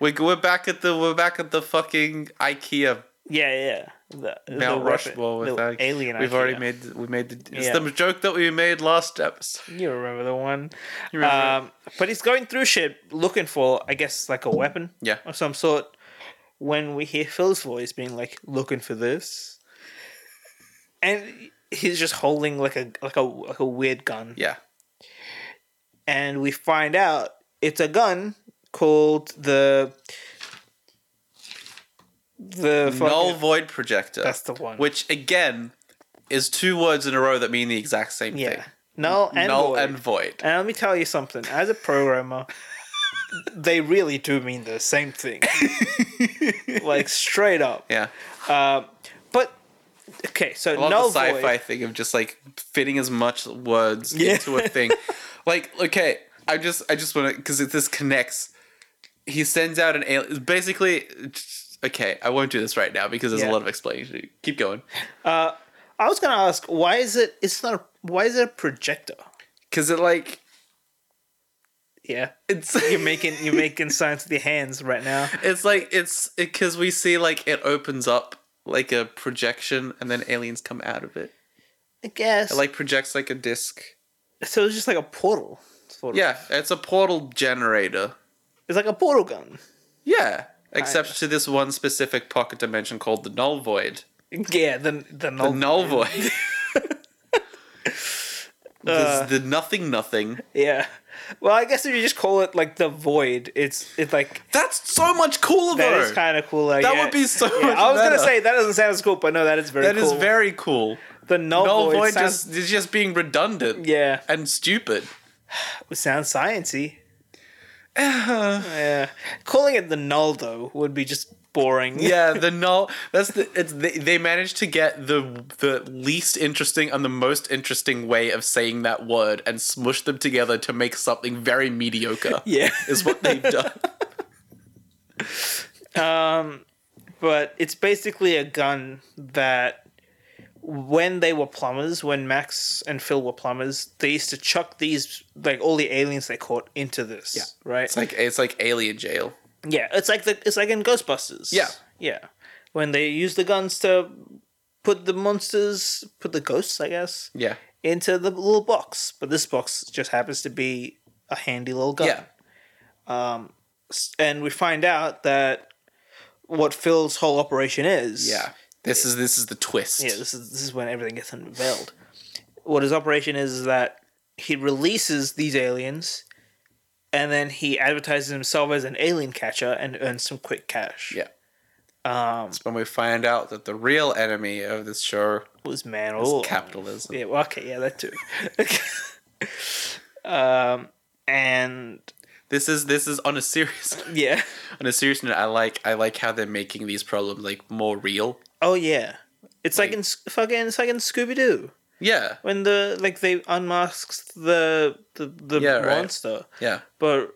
B: We we're back at the we're back at the fucking IKEA
A: Yeah, yeah. The,
B: Mount
A: the weapon-
B: Rushmore with
A: the
B: our-
A: alien.
B: We've
A: Ikea.
B: already made the- we made the, it's
A: Yeah.
B: the joke that we made last episode.
A: You remember the one.
B: remember
A: um, but he's going through shit looking for, I guess, like a weapon
B: Yeah.
A: of some sort. When we hear Phil's voice being like, looking for this. And he's just holding like a like a like a weird gun.
B: Yeah.
A: And we find out it's a gun called the the fucking,
B: Null void projector.
A: that's the one.
B: Which again is two words in a row that mean the exact same
A: yeah.
B: thing.
A: Null and
B: Null
A: void.
B: and void.
A: And let me tell you something. As a programmer, they really do mean the same thing. like straight up.
B: Yeah.
A: But okay, so
B: I love
A: null
B: the sci-fi
A: void.
B: thing of just like fitting as much words
A: Yeah.
B: into a thing. like, okay, I just I just want to because this connects. He sends out an alien. Basically, okay, I won't do this right now because there's
A: Yeah.
B: a lot of explaining. to do. Keep going.
A: I was gonna ask, why is it? It's not. A, why is it a projector?
B: Because it like
A: Yeah,
B: it's
A: you're making you're making science with your hands right now.
B: It's like it's because we see like it opens up like a projection and then aliens come out of it.
A: I guess.
B: It like projects like a disc.
A: So it's just like a portal. Sort of.
B: Yeah, it's a portal generator.
A: It's like a portal gun.
B: Yeah, except to this one specific pocket dimension called the Null Void.
A: Yeah, the the null.
B: The Null Void.
A: Uh.
B: There's the nothing nothing.
A: yeah. Well, I guess if you just call it like the void, it's it's like
B: That's so much cooler
A: that
B: though.
A: is kind of cool. Like,
B: That
A: yeah.
B: would be so
A: Yeah,
B: much
A: I was gonna
B: better.
A: say that doesn't sound as cool, but no, that is very.
B: That is
A: cool.
B: very cool.
A: the null,
B: Null
A: void.
B: Void
A: sounds,
B: just is just being redundant
A: yeah,
B: and stupid.
A: sounds sciency. Yeah, calling it the null though would be just boring.
B: yeah, the null. That's the. It's they, they managed to get the the least interesting and the most interesting way of saying that word and smush them together to make something very mediocre.
A: yeah.
B: is what they've done.
A: but it's basically a gun that when they were plumbers, when Max and Phil were plumbers, they used to chuck these like all the aliens they caught into this. Yeah. Right?
B: It's like it's like alien jail.
A: yeah. It's like the it's like in Ghostbusters.
B: Yeah.
A: Yeah. When they use the guns to put the monsters put the ghosts, I guess,
B: Yeah,
A: into the little box. But this box just happens to be a handy little gun.
B: yeah.
A: S- And we find out that what Phil's whole operation is.
B: Yeah. This is this is the twist.
A: Yeah, this is this is when everything gets unveiled. What his operation is is that he releases these aliens, and then he advertises himself as an alien catcher and earns some quick cash.
B: Yeah.
A: um,
B: That's when we find out that the real enemy of this show
A: was man oh.
B: is
A: all
B: capitalism.
A: Yeah, well, okay, yeah, that too. um, and
B: This is this is on a serious
A: yeah,
B: on a serious note. I like I like how they're making these problems like more real.
A: oh yeah, it's like in S- fucking it's like in Scooby Doo
B: Yeah,
A: when the like they unmasks the the the
B: Yeah, right.
A: monster.
B: yeah.
A: but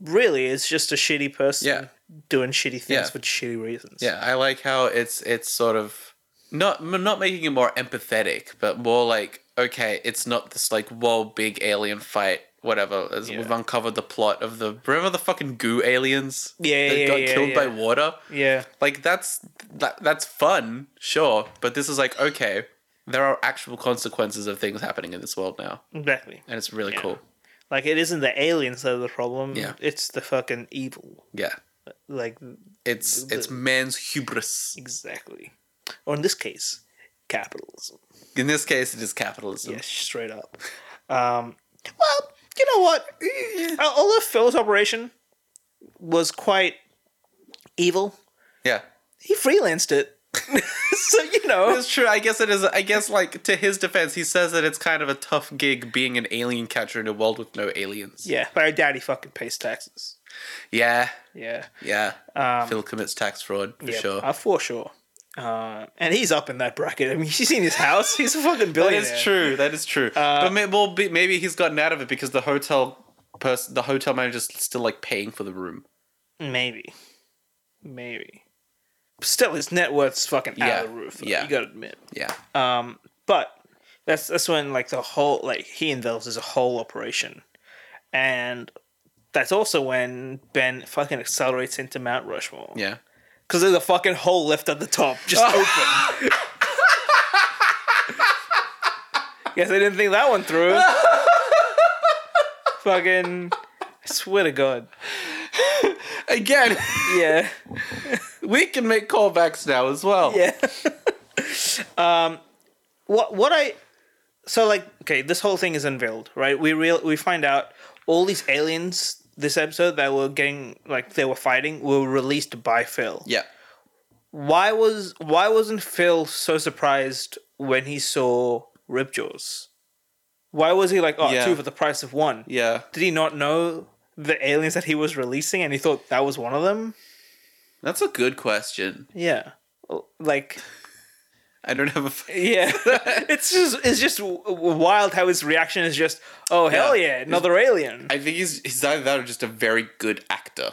A: really it's just a shitty person
B: Yeah.
A: doing shitty things
B: Yeah.
A: for shitty reasons
B: Yeah, I like how it's it's sort of not m- not making it more empathetic, but more like okay, it's not this like whoa big alien fight whatever. As We've
A: Yeah.
B: uncovered the plot of the remember the fucking goo aliens
A: yeah
B: that
A: yeah
B: got
A: yeah,
B: killed
A: yeah.
B: by water.
A: yeah
B: Like that's that, that's fun, sure, but this is like okay, there are actual consequences of things happening in this world now,
A: exactly
B: and it's really cool.
A: like it isn't the aliens that are the problem
B: Yeah.
A: it's the fucking evil
B: Yeah,
A: like
B: it's it's man's hubris.
A: exactly or in this case capitalism
B: In this case, it is capitalism.
A: yeah straight up um well you know what Uh, although phil's operation was quite evil
B: Yeah.
A: he freelanced it so you know
B: It's true. I guess it is. I guess, like, to his defense, he says that it's kind of a tough gig being an alien catcher in a world with no aliens.
A: yeah but i doubt he fucking pays taxes
B: Yeah.
A: yeah
B: Yeah.
A: Um,
B: Phil commits tax fraud for
A: Yeah,
B: sure.
A: uh, for sure. Uh, and he's up in that bracket. I mean, you seen his house? He's a fucking
B: That
A: billionaire.
B: is true. That is true. Uh, but may, well, be, maybe he's gotten out of it because the hotel person, the hotel manager's still like paying for the room.
A: Maybe, maybe. Still, his net worth's fucking
B: Yeah,
A: out of the roof. Though,
B: yeah.
A: you gotta admit.
B: Yeah.
A: Um, but that's that's when like the whole like he involves as a whole operation, and that's also when Ben fucking accelerates into Mount Rushmore
B: Yeah.
A: because there's a fucking hole left at the top, just open. Guess I didn't think that one through. fucking, I swear to God.
B: Again,
A: Yeah,
B: we can make callbacks now as well.
A: yeah. um, what what I so like okay, this whole thing is unveiled, right? We real we find out all these aliens this episode that were getting like they were fighting were released by Phil.
B: Yeah.
A: why was why wasn't Phil so surprised when he saw Ripjaws? Why was he like, oh, two
B: Yeah.
A: for the price of one?
B: Yeah.
A: Did he not know the aliens that he was releasing, and he thought that was one of them?
B: That's a good question.
A: Yeah, like
B: I don't have a. f-
A: yeah, it's just it's just w- w- wild how his reaction is just, oh hell
B: Yeah.
A: yeah, another alien.
B: I think he's, he's either that or just a very good actor.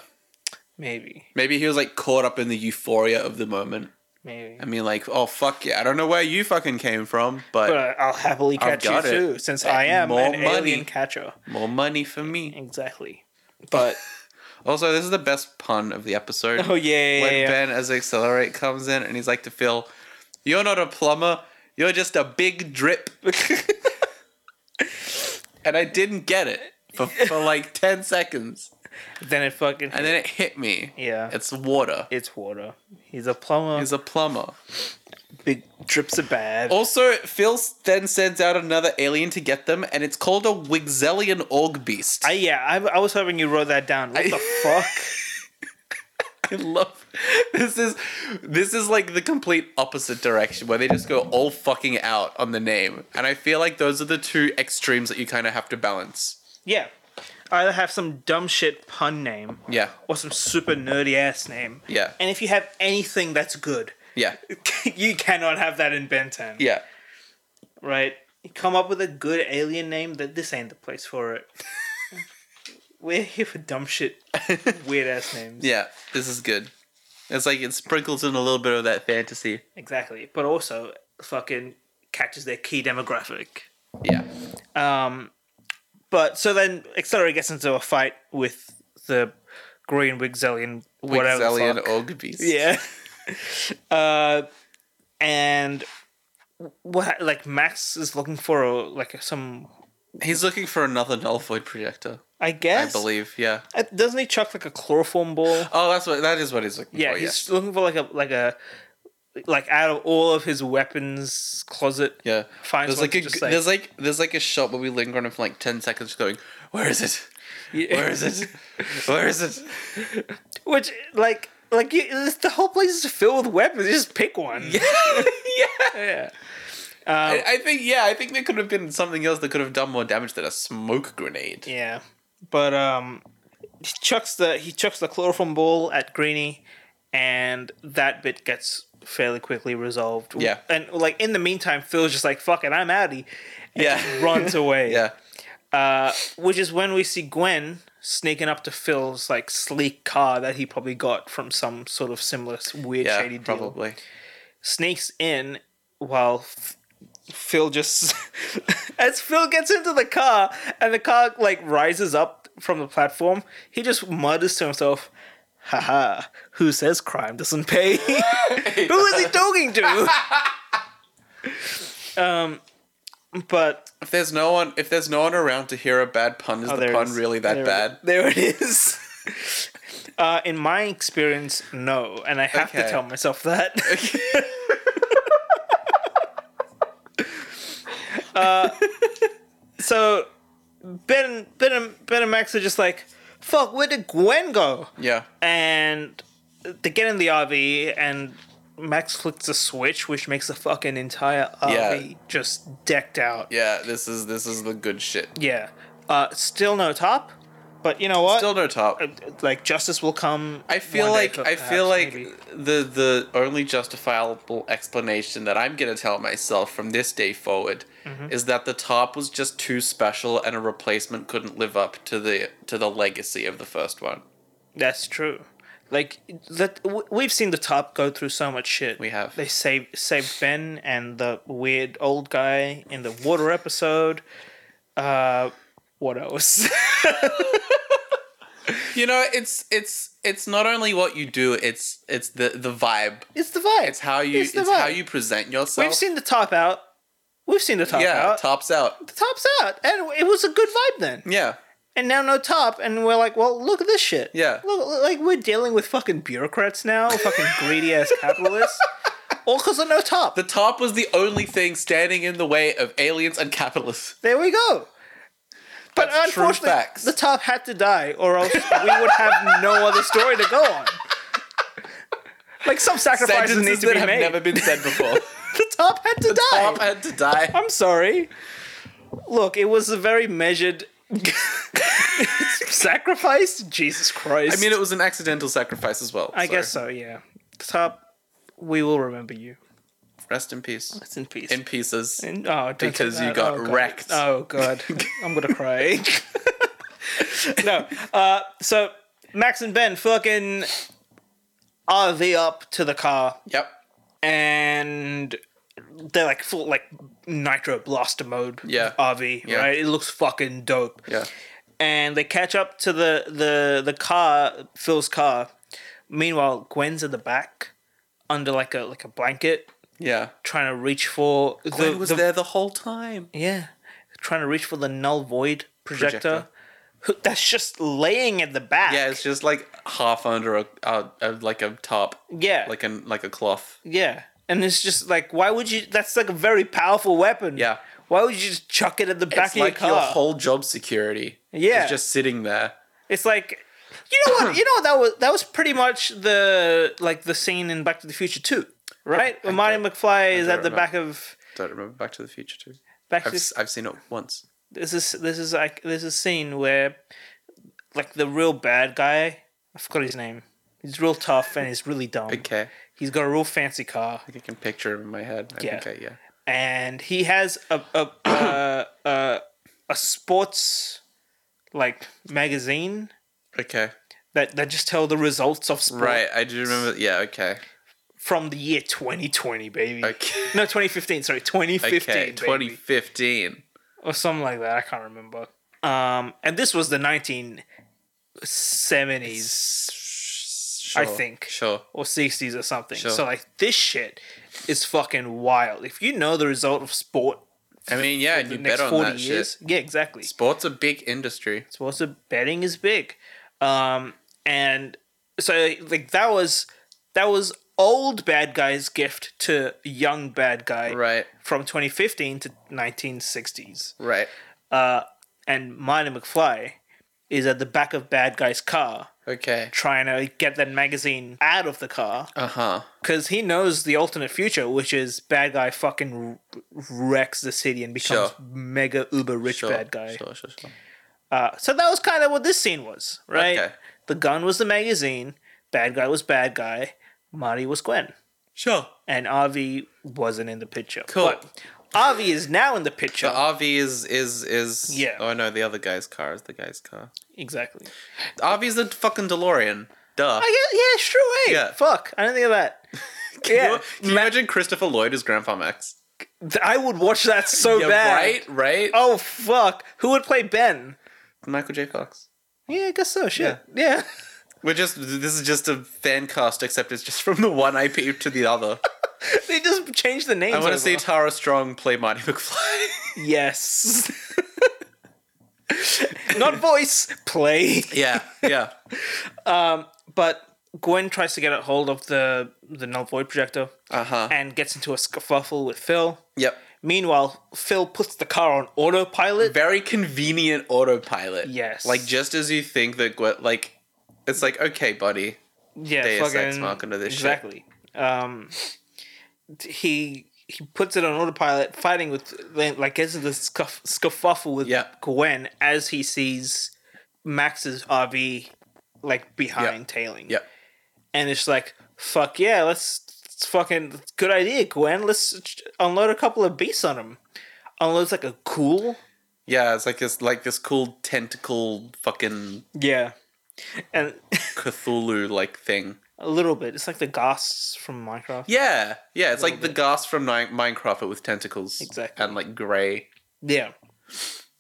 A: Maybe,
B: Maybe he was like caught up in the euphoria of the moment.
A: maybe.
B: I mean, like, oh fuck yeah! I don't know where you fucking came from, but
A: But I'll happily
B: I've
A: catch you
B: got it.
A: too, since
B: Hey,
A: I am
B: more
A: an
B: money.
A: alien catcher.
B: more money for me.
A: Exactly. But
B: Also, this is the best pun of the episode.
A: oh yeah, yeah,
B: when
A: yeah.
B: Ben as Accelerate comes in and he's like to Phil, "You're not a plumber. You're just a big drip." and I didn't get it for, for like 10 seconds.
A: Then it fucking
B: And then it hit me.
A: yeah.
B: It's water.
A: It's water. He's a plumber.
B: He's a plumber.
A: big drips are bad.
B: Also, Phil then sends out another alien to get them, and it's called a Wigzellian Org Beast.
A: I, yeah, I, I was hoping you wrote that down. What
B: I-
A: the fuck?
B: I love this is this is like the complete opposite direction where they just go all fucking out on the name. And I feel like those are the two extremes that you kind of have to balance.
A: Yeah. Either have some dumb shit pun name
B: Yeah.
A: or some super nerdy ass name.
B: Yeah.
A: And if you have anything that's good,
B: Yeah.
A: you cannot have that in Ben 10.
B: Yeah.
A: Right? You come up with a good alien name, that this ain't the place for it. We're here for dumb shit, weird ass names.
B: Yeah. This is good. It's like it sprinkles in a little bit of that fantasy.
A: Exactly. But also, fucking catches their key demographic.
B: Yeah.
A: Um, but so then Accelerator gets into a fight with the Green Wigzellian, whatever. the
B: Wigzellian
A: fuck.
B: Org Beast.
A: Yeah. uh, and what like Max is looking for a, like some
B: He's looking for another null void projector.
A: I guess
B: I believe. Yeah.
A: Uh, doesn't he chuck like a chloroform ball?
B: Oh, that's what that is what he's looking
A: yeah,
B: for.
A: he's looking for like a like a like out of all of his weapons closet.
B: Yeah.
A: Finds
B: There's
A: one
B: like, a,
A: to
B: g-
A: just, like-
B: there's like there's like a shot where we linger on it for like ten seconds, just going, "Where is it? Where is it? Where is it?"
A: Which like like you, this- the whole place is filled with weapons. You just pick one.
B: yeah.
A: Yeah. Um,
B: I, I think yeah, I think there could have been something else that could have done more damage than a smoke grenade.
A: Yeah, but um, he chucks the he chucks the chloroform ball at Greeny, and that bit gets fairly quickly resolved.
B: Yeah.
A: and like in the meantime, Phil's just like fuck it, I'm outie,
B: Yeah.
A: runs away.
B: yeah.
A: uh, which is when we see Gwen sneaking up to Phil's like sleek car that he probably got from some sort of similar s- weird
B: Yeah.
A: shady deal.
B: probably.
A: Sneaks in while. F- Phil just as Phil gets into the car and the car like rises up from the platform, he just mutters to himself, haha, who says crime doesn't pay? who is he talking to? um but
B: If there's no one, if there's no one around to hear a bad pun, is
A: oh,
B: the
A: there it
B: pun
A: is.
B: really that
A: There it-
B: bad?
A: there it is. Uh, in my experience, no, and I have to
B: Okay.
A: tell myself that. so Ben, and- Ben, and, Ben and Max are just like, "Fuck, where did Gwen go?"
B: yeah.
A: And they get in the RV, and Max flicks a switch, which makes the fucking entire RV
B: Yeah.
A: just decked out.
B: Yeah. This is this is the good shit.
A: Yeah. Uh, still no top, but you know what?
B: Still no
A: Uh,
B: top.
A: like justice will come.
B: I feel
A: one day,
B: like
A: per-
B: I feel
A: perhaps,
B: like
A: maybe.
B: the the only justifiable explanation that I'm gonna tell myself from this day forward
A: Mm-hmm.
B: is that the top was just too special and a replacement couldn't live up to the to the legacy of the first one.
A: That's true. Like that, w- we've seen the top go through so much shit.
B: We have.
A: They saved saved Ben and the weird old guy in the water episode. Uh, what else?
B: You know, it's it's it's not only what you do, it's it's the the vibe.
A: it's the vibe.
B: It's how you it's,
A: the
B: how
A: vibe.
B: you present yourself.
A: We've seen the top out. We've seen the top
B: yeah,
A: out.
B: tops out.
A: the top's out, and it was a good vibe then.
B: Yeah.
A: And now no top, and we're like, well, look at this shit.
B: Yeah.
A: Look, look, like we're dealing with fucking bureaucrats now, fucking greedy ass capitalists, all because of no top.
B: The top was the only thing standing in the way of aliens and capitalists.
A: There we go. But
B: That's true
A: unfortunately,
B: facts.
A: the top had to die, or else we would have no other story to go on. Like some sacrifices
B: Sentences
A: need to
B: that
A: be
B: have
A: made.
B: never been said before.
A: The top had to die.
B: top had to die.
A: I'm sorry. Look, it was a very measured sacrifice. Jesus Christ.
B: I mean, it was an accidental sacrifice as well.
A: I guess so. Yeah. The top, we will remember you.
B: Rest in peace.
A: It's in peace.
B: In pieces.
A: And- oh, don't say
B: Because you
A: that.
B: got
A: Oh, God.
B: wrecked.
A: Oh god, I'm gonna cry. no, uh, so Max and Ben fucking RV up to the car,
B: Yep.
A: and they're like full like nitro blaster mode.
B: Yeah.
A: RV.
B: Yeah.
A: Right, it looks fucking dope.
B: Yeah.
A: And they catch up to the the the car, Phil's car. Meanwhile, Gwen's in the back, under like a like a blanket,
B: Yeah.
A: trying to reach for
B: Gwen was there the whole time.
A: yeah. trying to reach for the null void projector. Who- That's just laying at the back.
B: Yeah, it's just like half under a, a, a like a top,
A: yeah,
B: like an like a cloth.
A: yeah. And it's just like, why would you? That's like a very powerful weapon.
B: Yeah.
A: Why would you just chuck it at the back
B: it's
A: of
B: like
A: your car?
B: your whole job security.
A: Yeah.
B: is just sitting there.
A: It's like you know what you know what that was that was pretty much the like the scene in Back to the Future 2, right? When Marty McFly is
B: don't
A: at the
B: remember.
A: back of
B: Don't remember Back to the Future too.
A: Back
B: I've
A: to
B: s- I've seen it once.
A: this is this is like there's a scene where like the real bad guy, I forgot his name. He's real tough and he's really dumb.
B: Okay,
A: He's got a real fancy car
B: I think I can picture him in my head. I
A: Yeah.
B: think I, yeah.
A: and he has a a a, a, a sports like magazine
B: Okay,
A: that, that just tell the results of sport
B: right. I do remember. Yeah. Okay.
A: from the year 2020, baby.
B: Okay.
A: No, 2015. Sorry, 2015.
B: okay. Twenty
A: baby.
B: fifteen.
A: or something like that. I can't remember. Um, and this was the 1970s
B: Sure.
A: think.
B: Sure.
A: or 60s or something.
B: Sure.
A: So like this shit is fucking wild. If you know the result of sport,
B: I mean, yeah, and
A: the
B: you
A: next
B: bet on
A: 40
B: that
A: years,
B: shit.
A: yeah, exactly.
B: Sports a big industry.
A: So also betting is big. Um, and so like that was that was old bad guy's gift to young bad guy
B: Right.
A: from 2015 to 1960s.
B: Right.
A: uh, and Marty McFly is at the back of Bad Guy's car
B: Okay.
A: trying to get that magazine out of the car
B: Uh huh.
A: because he knows the alternate future, which is Bad Guy fucking r- wrecks the city and becomes
B: Sure.
A: mega uber rich
B: Sure.
A: bad guy.
B: Sure. Sure. Sure.
A: Uh, so that was kind of what this scene was, right?
B: Okay.
A: The gun was the magazine, Bad Guy was Bad Guy, Marty was Gwen,
B: Sure.
A: and Avi wasn't in the picture.
B: Cool. Uh,
A: But Avi is now in the picture.
B: The RV is is is
A: Yeah.
B: Oh no, the other guy's car is the guy's car.
A: exactly.
B: The RV's the fucking DeLorean. Duh.
A: I guess, yeah, it's true. Hey,
B: Yeah.
A: fuck. I didn't think of that.
B: Can you-
A: yeah.
B: Can you imagine Christopher Lloyd as Grandpa Max?
A: Th- I would watch that so
B: Yeah,
A: bad.
B: Right. Right.
A: Oh fuck. Who would play Ben?
B: Michael J. Fox.
A: Yeah, I guess so. Shit. Yeah.
B: We're just this is just a fan cast, except it's just from the one IP to the other.
A: they just changed the names.
B: I want
A: over.
B: to see Tara Strong play Marty McFly.
A: yes. Not voice play,
B: yeah, yeah.
A: but Gwen tries to get a hold of the the null void projector
B: Uh huh.
A: and gets into a scuffle with Phil.
B: Yep.
A: Meanwhile, Phil puts the car on autopilot.
B: Very convenient autopilot.
A: Yes.
B: Like just as you think that, Gwen- like, it's like okay, buddy.
A: yeah,
B: Deus
A: fucking
B: Ex Machina this shit.
A: exactly. Um, t- he he puts it on autopilot, fighting with like gets into this scuff, scuffle with
B: Yeah.
A: Gwen as he sees Max's RV like behind tailing.
B: Yep.
A: and it's like fuck yeah, let's it's fucking good idea, Gwen. Let's ch- unload a couple of beasts on him. Unloads like a cool.
B: Yeah, it's like this, like this cool tentacle fucking
A: Yeah. And
B: Cthulhu like thing.
A: a little bit. It's like the ghasts from Minecraft.
B: Yeah, yeah. It's like
A: Little
B: the
A: bit.
B: ghast from Ni- Minecraft, but with tentacles.
A: Exactly.
B: And like gray.
A: Yeah.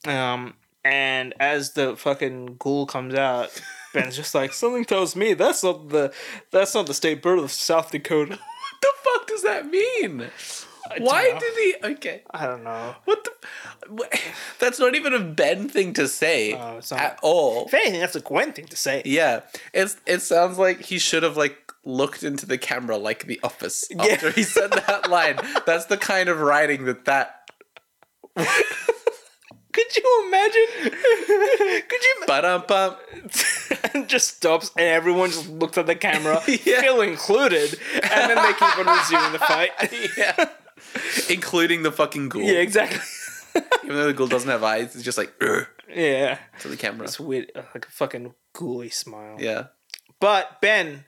A: Um, and as the fucking ghoul comes out, Ben's just like, something tells me that's not the that's not the state bird of South Dakota.
B: What the fuck does that mean?
A: don't
B: Why
A: know.
B: did he? Okay.
A: I don't know.
B: What the? wha- That's not even a Ben thing to say
A: No, Oh, it's not.
B: at all.
A: If anything, that's a Gwen thing to say.
B: Yeah, it's it sounds like he should have like looked into the camera like The Office after he said that line. That's the kind of writing that that.
A: Could you imagine? Could you
B: But um, bump.
A: and just stops and everyone just looks at the camera,
B: Yeah.
A: Phil included, and then they keep on resuming the fight.
B: Yeah. Including the fucking ghoul.
A: yeah, exactly.
B: Even though the ghoul doesn't have eyes, it's just like "Ugh,"
A: Yeah.
B: to the camera.
A: It's weird like a fucking ghouly smile.
B: Yeah.
A: But Ben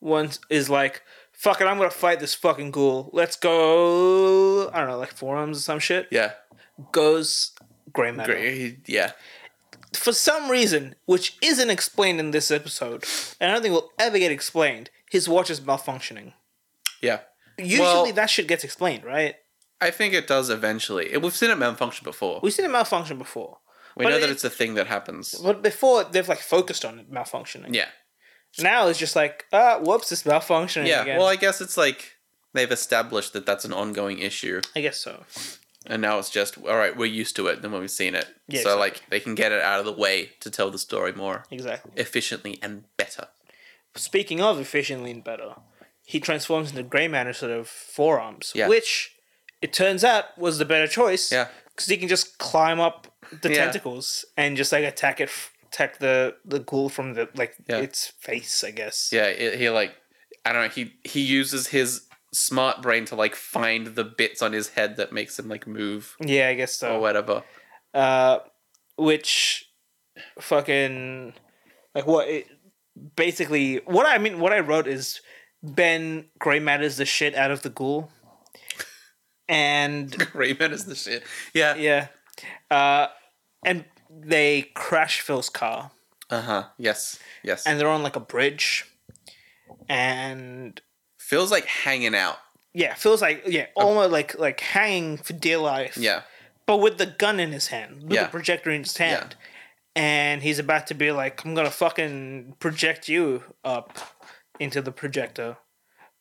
A: once is like, fuck it, I'm gonna fight this fucking ghoul. Let's go I don't know, like forums or some shit.
B: Yeah.
A: Goes Grey Matter.
B: Great. he- Yeah.
A: For some reason, which isn't explained in this episode, and I don't think will ever get explained, his watch is malfunctioning.
B: Yeah.
A: Usually
B: Well-
A: that shit gets explained, right?
B: I think it does eventually. We've seen it malfunction before.
A: We've seen it malfunction before.
B: We
A: but
B: know that
A: it-
B: it's a thing that happens.
A: But before they've like focused on it malfunctioning.
B: Yeah.
A: Now it's just like, uh, whoops, it's malfunctioning
B: Yeah.
A: again.
B: Well, I guess it's like they've established that that's an ongoing issue.
A: I guess so.
B: and now it's just all right. We're used to it than when we've seen it.
A: Yeah,
B: so like they can get it out of the way to tell the story more
A: Exactly.
B: efficiently and better.
A: Speaking of efficiently and better, he transforms into Grey Man instead of forearms,
B: Yeah.
A: which it turns out was the better choice.
B: Yeah.
A: Because he can just climb up the
B: Yeah.
A: tentacles and just like attack it, f- attack the the ghoul from the like
B: Yeah.
A: its face, I guess.
B: Yeah, it, he like I don't know. He he uses his smart brain to like find the bits on his head that makes him like move
A: Yeah, I guess so.
B: or whatever.
A: uh, which fucking like what it basically what I mean what I wrote is Ben Gray matters the shit out of the ghoul, and
B: Rayman is the shit. Yeah.
A: yeah, uh, and they crash Phil's car,
B: Uh huh. Yes. Yes.
A: and they're on like a bridge, and
B: Phil's like hanging out.
A: yeah, Phil's like yeah, almost like like hanging for dear life,
B: Yeah.
A: but with the gun in his hand, with
B: Yeah.
A: the projector in his hand, and he's about to be like, "I'm gonna fucking project you up into the projector."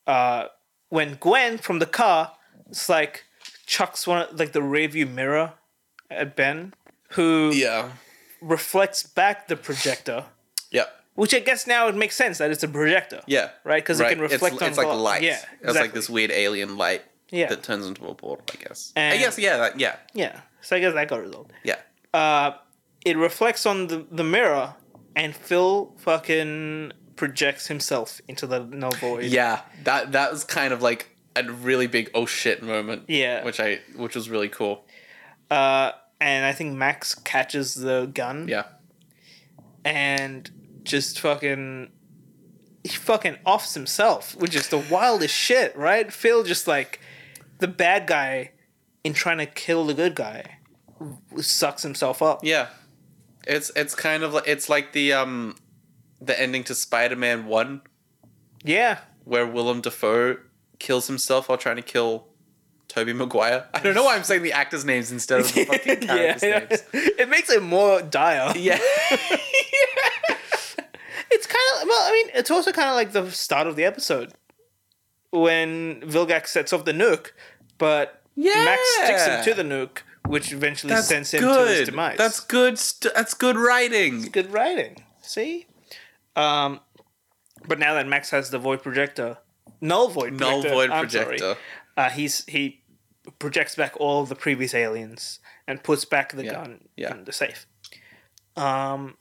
A: Uh, when Gwen from the car, it's like chucks one like the rearview mirror at Ben, who
B: Yeah.
A: reflects back the projector,
B: Yeah.
A: which I guess now it makes sense that it's a projector,
B: Yeah.
A: right? Because it can reflect
B: it's,
A: on
B: it's like
A: glass.
B: light.
A: Yeah,
B: It's like
A: exactly.
B: this weird alien light
A: Yeah,
B: that turns into a portal. I guess. I
A: And-
B: guess. Yeah. That, yeah.
A: yeah. So I guess that got resolved.
B: Yeah.
A: uh, it reflects on the, the mirror, and Phil fucking projects himself into the null void.
B: Yeah. That that was kind of like a really big oh shit moment.
A: Yeah.
B: Which I which was really cool.
A: Uh, and I think Max catches the gun
B: Yeah.
A: and just fucking. He fucking offs himself, which is the wildest shit, right? Phil just like the bad guy in trying to kill the good guy sucks himself up.
B: Yeah. It's it's kind of like it's like the um the ending to Spider Man One
A: Yeah.
B: where Willem Dafoe kills himself while trying to kill Toby Maguire. I don't know why I'm saying the actors' names instead of the fucking characters' names.
A: It makes it more dire.
B: Yeah.
A: It's kind of well. I mean, it's also kind of like the start of the episode when Vilgax sets off the nuke, but Max sticks him
B: Yeah.
A: to the nuke, which eventually
B: That's
A: sends him
B: good.
A: to his demise.
B: That's good. St- that's good writing.
A: good writing. See, um, but now that Max has the void projector, null void,
B: Null
A: projector,
B: void
A: I'm sorry,
B: projector.
A: uh, he's he projects back all the previous aliens and puts back the gun
B: yeah.
A: in the safe. Um,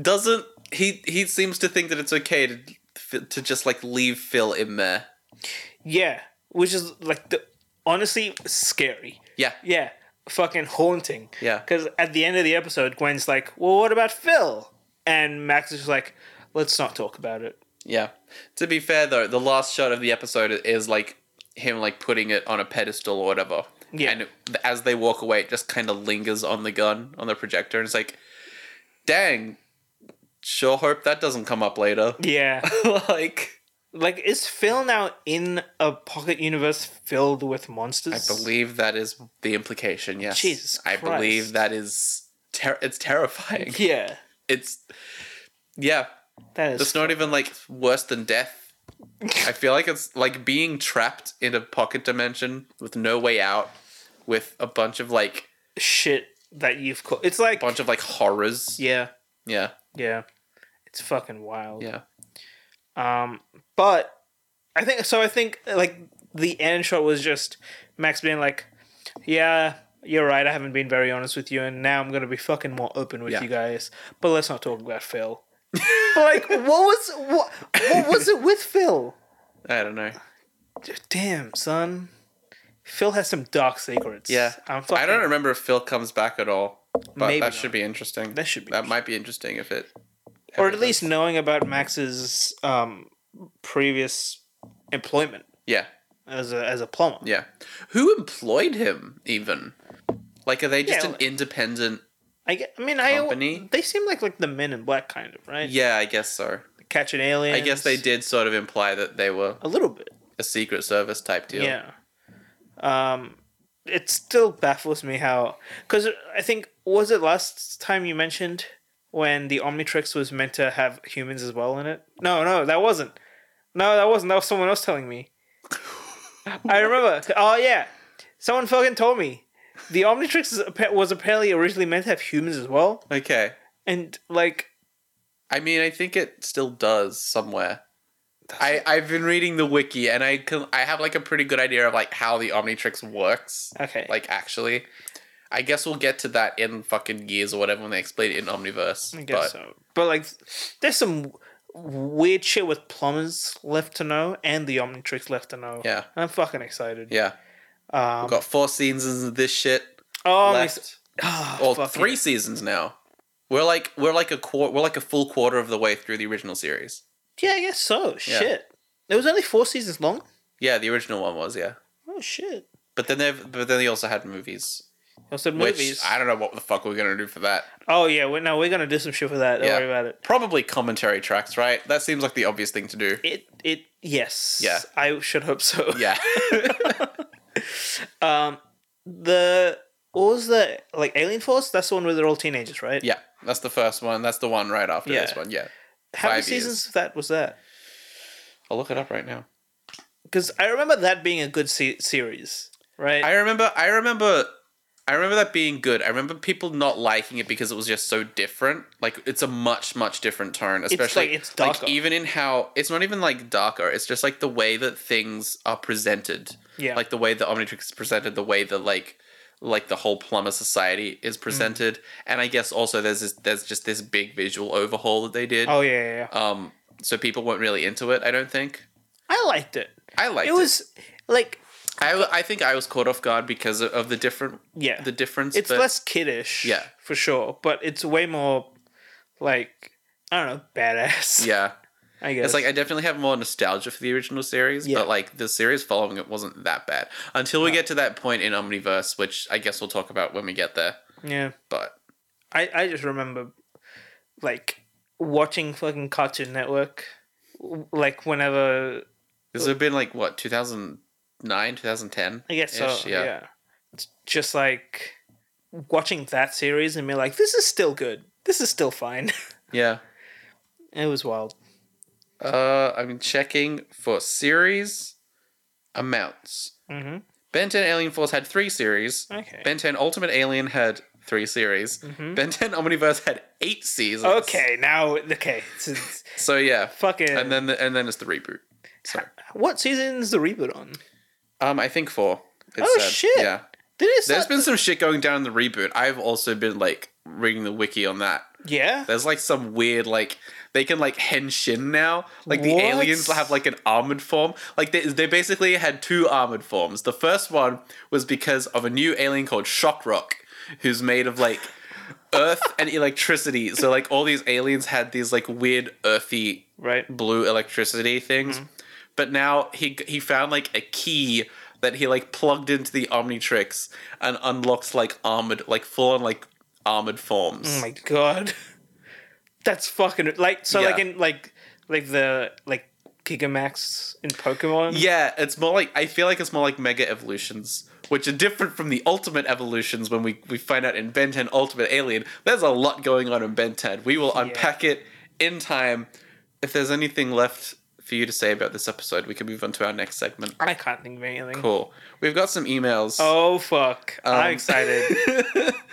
B: Doesn't he? He seems to think that it's okay to to just like leave Phil in there.
A: yeah, which is like the honestly scary.
B: Yeah.
A: Yeah, fucking haunting.
B: Yeah.
A: Because at the end of the episode, Gwen's like, "Well, what about Phil?" And Max is just like, "Let's not talk about it."
B: Yeah. To be fair though, the last shot of the episode is like him like putting it on a pedestal or whatever.
A: Yeah.
B: And it- as they walk away, it just kind of lingers on the gun on the projector, and it's like, dang, sure hope that doesn't come up later.
A: Yeah,
B: like,
A: like is Phil now in a pocket universe filled with
B: I
A: monsters?
B: believe that is the implication. Yes.
A: Jesus
B: I believe
A: Christ.
B: that is. Ter- it's terrifying.
A: Yeah,
B: It's. Yeah,
A: that is.
B: it's not even like worse than death. I feel like it's like being trapped in a pocket dimension with no way out, with a bunch of like
A: shit that you've caught. It's like
B: bunch of like horrors.
A: yeah,
B: Yeah,
A: yeah, it's fucking wild.
B: yeah,
A: Um, but I think so. I think like the end shot was just Max being like, "Yeah, you're right. I haven't been very honest with you, and now I'm gonna be fucking more open with
B: Yeah.
A: you guys." But let's not talk about Phil. but like, what was what what was it with Phil?
B: I don't know.
A: Damn, son. Phil has some dark secrets.
B: Yeah.
A: I'm fucking,
B: I don't remember if Phil comes back at all, but
A: Maybe
B: that
A: not.
B: should be interesting.
A: That should be
B: That might be interesting if it,
A: or at least knowing about Max's um previous employment
B: yeah,
A: as a as a plumber.
B: yeah. Who employed him even? Like, are they just
A: Yeah,
B: an
A: like-
B: independent?
A: I, get, I mean, I
B: Company?
A: they seem like like the Men in Black kind of right.
B: Yeah, I guess so.
A: Catching aliens.
B: I guess they did sort of imply that they were
A: a little bit.
B: a secret service type deal.
A: Yeah. Um, it still baffles me how because I think was it last time you mentioned when the Omnitrix was meant to have humans as well in it? No, no, that wasn't. No, that wasn't. That was someone else telling me. I remember. Oh yeah, someone fucking told me the Omnitrix is, appa- was apparently originally meant to have humans as well,
B: Okay.
A: and like
B: I mean, I think it still does somewhere. I, I've been reading the wiki and I can I have like a pretty good idea of like how the Omnitrix works.
A: okay,
B: Like actually. I guess we'll get to that in fucking years or whatever when they explain it in Omniverse.
A: I
B: but
A: guess so. But like, there's some weird shit with plumbers left to know and the Omnitrix left to know.
B: yeah.
A: I'm fucking excited.
B: Yeah.
A: Um,
B: We've got four seasons of this shit.
A: oh, I'm ex-
B: left.
A: ah,
B: Or
A: fucking-
B: three seasons now. We're like we're like a quar- we're like a full quarter of the way through the original series.
A: Yeah, I guess so. Shit, it was only four seasons long.
B: Yeah, the original one was, yeah.
A: Oh shit.
B: But then they've but then they also had movies.
A: Also movies.
B: Which I don't know what the fuck we're gonna do for that.
A: oh yeah, we no, we're gonna do some shit for that. Don't
B: Yeah.
A: worry about it.
B: Probably commentary tracks, right? That seems like the obvious thing to do.
A: It it yes.
B: Yeah.
A: I should hope so.
B: Yeah.
A: Um, the what was the like Alien Force? That's the one where they're all teenagers, right?
B: yeah. That's the first one. That's the one right after this
A: Yeah.
B: one. Yeah.
A: How many
B: five years.
A: seasons of that was that?
B: I'll look it up right now.
A: Because I remember that being a good se- series, right?
B: I remember I remember I remember that being good. I remember people not liking it because it was just so different. Like it's a much much different tone, especially
A: like- it's darker.
B: even in how it's not even like darker. It's just like the way that things are presented.
A: yeah.
B: like the way the Omnitrix is presented, the way the like like the whole plumber society
A: Mm.
B: is presented, and I guess also there's this, there's just this big visual overhaul that they did.
A: oh yeah, yeah, yeah.
B: Um, so people weren't really into it. I don't think.
A: I liked it.
B: I liked
A: it was like
B: I, w- I think I was caught off guard because of, of the different
A: yeah,
B: the difference.
A: it's
B: but
A: less kiddish,
B: Yeah.
A: for sure. But it's way more like I don't know, badass.
B: yeah.
A: I guess
B: It's like I definitely have more nostalgia for the original series,
A: Yeah.
B: but like the series following it wasn't that bad until we
A: No.
B: get to that point in Omniverse, which I guess we'll talk about when we get there.
A: yeah.
B: But
A: I, I just remember like watching fucking Cartoon Network w- like whenever
B: this would have been like what 2009, 2010.
A: I guess
B: Ish,
A: so
B: yeah.
A: yeah. It's just like watching that series and be like this is still good. This is still fine.
B: Yeah.
A: it was wild.
B: Uh, I'm checking for series amounts.
A: Mhm.
B: Ben 10 Alien Force had three series.
A: Okay.
B: Ben 10 Ultimate Alien had three series.
A: Mhm.
B: Ben 10 Omniverse had eight seasons.
A: Okay, now okay. It's, it's
B: So yeah,
A: fucking
B: and then the, and then it's the reboot. So
A: what season is the reboot on?
B: um, I think four. it
A: Oh, shit.
B: Yeah,
A: Did it
B: there's
A: start-
B: been some shit going down in the reboot. I've also been like reading the wiki on that.
A: Yeah.
B: There's like some weird like they can like henshin now. Like the
A: What?
B: aliens have like an armored form. Like they, they basically had two armored forms. The first one was because of a new alien called Shock Rock, who's made of like earth and electricity. So like all these aliens had these like weird earthy
A: Right. Oh
B: blue electricity things. But now he he found like a key that he like plugged into the Omnitrix and unlocked like armored like full on like armored forms.
A: Oh my god. That's fucking like so like
B: Yeah.
A: in like like the like Gigamax in Pokemon.
B: Yeah, it's more like I feel like it's more like Mega Evolutions, which are different from the Ultimate Evolutions when we we find out in Ben 10 Ultimate Alien. There's a lot going on in Ben 10. We will unpack it in time. If there's anything left for you to say about this episode, we can move on to our next segment.
A: I can't think of anything.
B: Cool. We've got some emails.
A: Oh fuck.
B: Um,
A: I'm excited.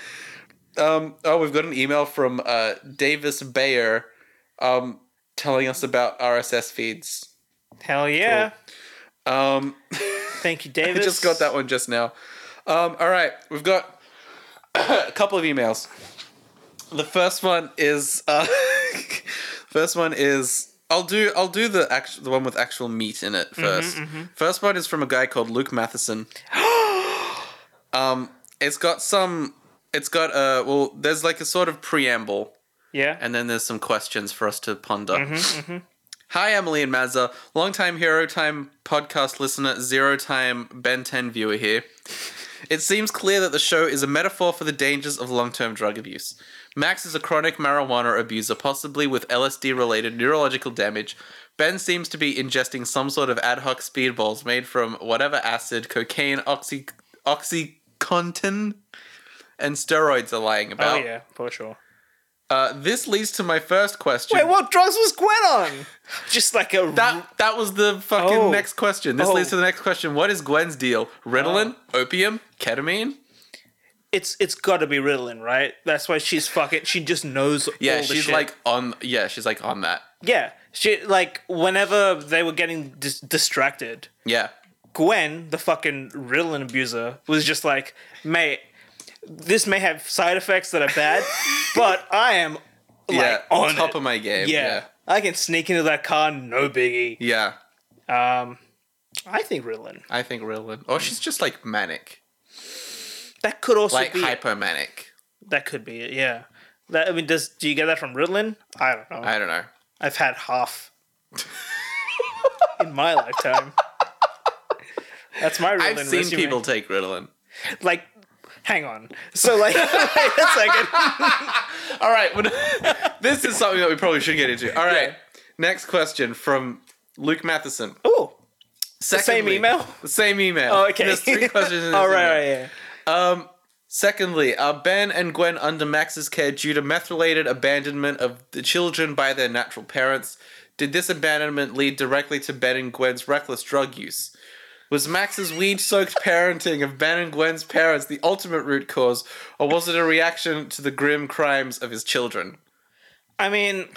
B: um, oh, we've got an email from uh, Davis Bayer um, telling us about RSS feeds.
A: Hell yeah.
B: Um,
A: Thank you, David.
B: I just got that one just now. Um, all right, we've got a couple of emails. The first one is uh, first one is I'll do I'll do the actual the one with actual meat in it 1st First one is from a guy called Luke Matheson. um, it's got some. It's got uh well, there's like a sort of preamble
A: Yeah.
B: and then there's some questions for us to ponder.
A: Mm-hmm,
B: Hi, Emily and Mazza, long-time Hero Time podcast listener, zero-time Ben 10 viewer here. It seems clear that the show is a metaphor for the dangers of long term drug abuse. Max is a chronic marijuana abuser, possibly with LSD related neurological damage. Ben seems to be ingesting some sort of ad hoc speedballs made from whatever acid, cocaine, oxy, oxycontin, and steroids are lying
A: oh
B: about.
A: yeah, for sure.
B: Uh, this leads to my first question.
A: Wait, what drugs was Gwen on? Just like a
B: That that was the fucking
A: Oh.
B: next question. This
A: Oh.
B: leads to the next question. What is Gwen's deal? Ritalin, opium, ketamine?
A: it's it's got to be Ritalin, right? That's why she's fucking. She just knows.
B: Yeah,
A: all the
B: she's
A: shit.
B: like on. Yeah, she's like on that.
A: yeah. She like whenever they were getting dis- distracted,
B: Yeah,
A: Gwen, the fucking Ritalin abuser, was just like, mate, this may have side effects that are bad, but I am like
B: yeah.
A: on
B: top
A: it.
B: of my game.
A: yeah.
B: Yeah,
A: I can sneak into that car, no biggie.
B: yeah.
A: Um, I think Ritalin.
B: I think Ritalin, or she's just like manic,
A: That could also
B: like
A: be it.
B: hypomanic.
A: That could be it. Yeah. That I mean, does do you get that from Ritalin? I don't know.
B: I don't know.
A: I've had half in my lifetime. That's my Ritalin.
B: I've seen
A: resume.
B: people take Ritalin.
A: like. Hang on. So like, wait a second.
B: All right, well, this is something that we probably should get into. All right,
A: Yeah.
B: next question from Luke Matheson.
A: Oh,
B: Secondly-
A: same email?
B: The same email.
A: oh, okay.
B: There's three questions. In this
A: All right,
B: email.
A: right, yeah.
B: Um, secondly, are Ben and Gwen under Max's care due to meth-related abandonment of the children by their natural parents? Did this abandonment lead directly to Ben and Gwen's reckless drug use? Was Max's weed-soaked parenting of Ben and Gwen's parents the ultimate root cause, or was it a reaction to the grim crimes of his children?
A: I mean,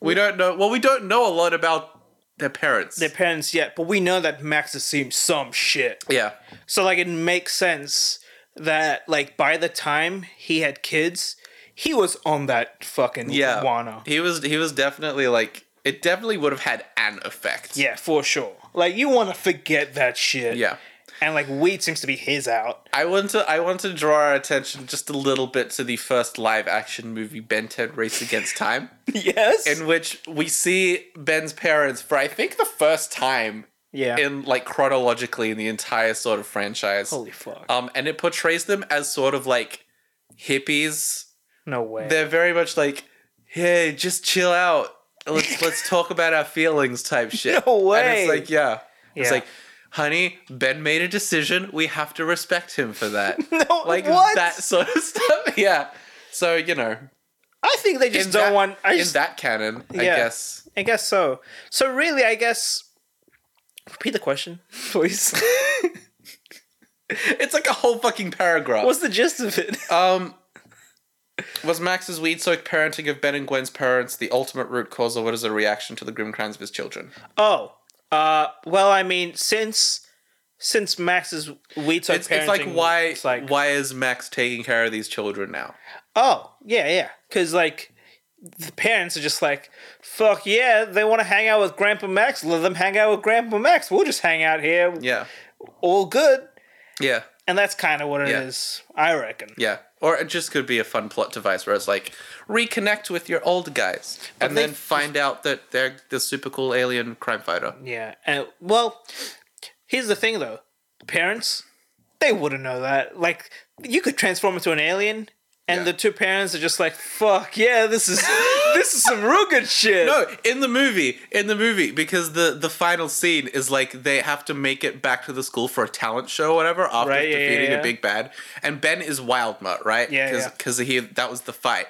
B: We don't know. Well, we don't know a lot about their parents.
A: their parents yet, but we know that Max has seen some shit.
B: yeah,
A: So like, it makes sense that like by the time he had kids, he was on that fucking
B: yeah.
A: guano.
B: He was. He was definitely like. It definitely would have had an effect.
A: Yeah, for sure. Like you want to forget that shit.
B: Yeah.
A: And like weed seems to be his out.
B: I want to I want to draw our attention just a little bit to the first live action movie Ben 10 Race Against Time
A: Yes.
B: in which we see Ben's parents for I think the first time
A: yeah.
B: in like chronologically in the entire sort of franchise.
A: Holy fuck.
B: Um and it portrays them as sort of like hippies.
A: no way.
B: They're very much like hey, just chill out. Let's let's talk about our feelings type shit.
A: No
B: And
A: way.
B: it's like yeah. It's
A: Yeah.
B: like honey, Ben made a decision. We have to respect him for that
A: no,
B: like
A: what?
B: that sort of stuff. Yeah. So you know,
A: I think they just
B: in
A: don't
B: that,
A: want. I
B: in
A: just,
B: that canon, I
A: Yeah.
B: guess.
A: I guess so. So really, I guess. Repeat the question, please.
B: It's like a whole fucking paragraph.
A: What's the gist of it?
B: um, was Max's weed-soaked parenting of Ben and Gwen's parents the ultimate root cause, or what is a reaction to the grim crimes of his children?
A: Oh, uh, well, I mean, since since Max's weed took
B: It's, it's like
A: parenting,
B: why
A: it's like
B: why is Max taking care of these children now?
A: oh yeah yeah because like the parents are just like fuck yeah they want to hang out with Grandpa Max let them hang out with Grandpa Max we'll just hang out here
B: Yeah,
A: all good
B: yeah,
A: and that's kind of what it is
B: Yeah.
A: I reckon
B: yeah. Or it just could be a fun plot device where it's like reconnect with your old guys and
A: they-
B: then find out that they're the super cool alien crime fighter.
A: yeah and well here's the thing though parents they wouldn't know that like you could transform into an alien. And
B: Yeah.
A: the two parents are just like, "Fuck yeah, this is this is some real good shit."
B: No, in the movie, in the movie, because the the final scene is like they have to make it back to the school for a talent show or whatever after
A: Right, yeah, yeah,
B: defeating
A: yeah.
B: a big bad, and Ben is Wildmutt, right?
A: Yeah, yeah.
B: because he that was the fight.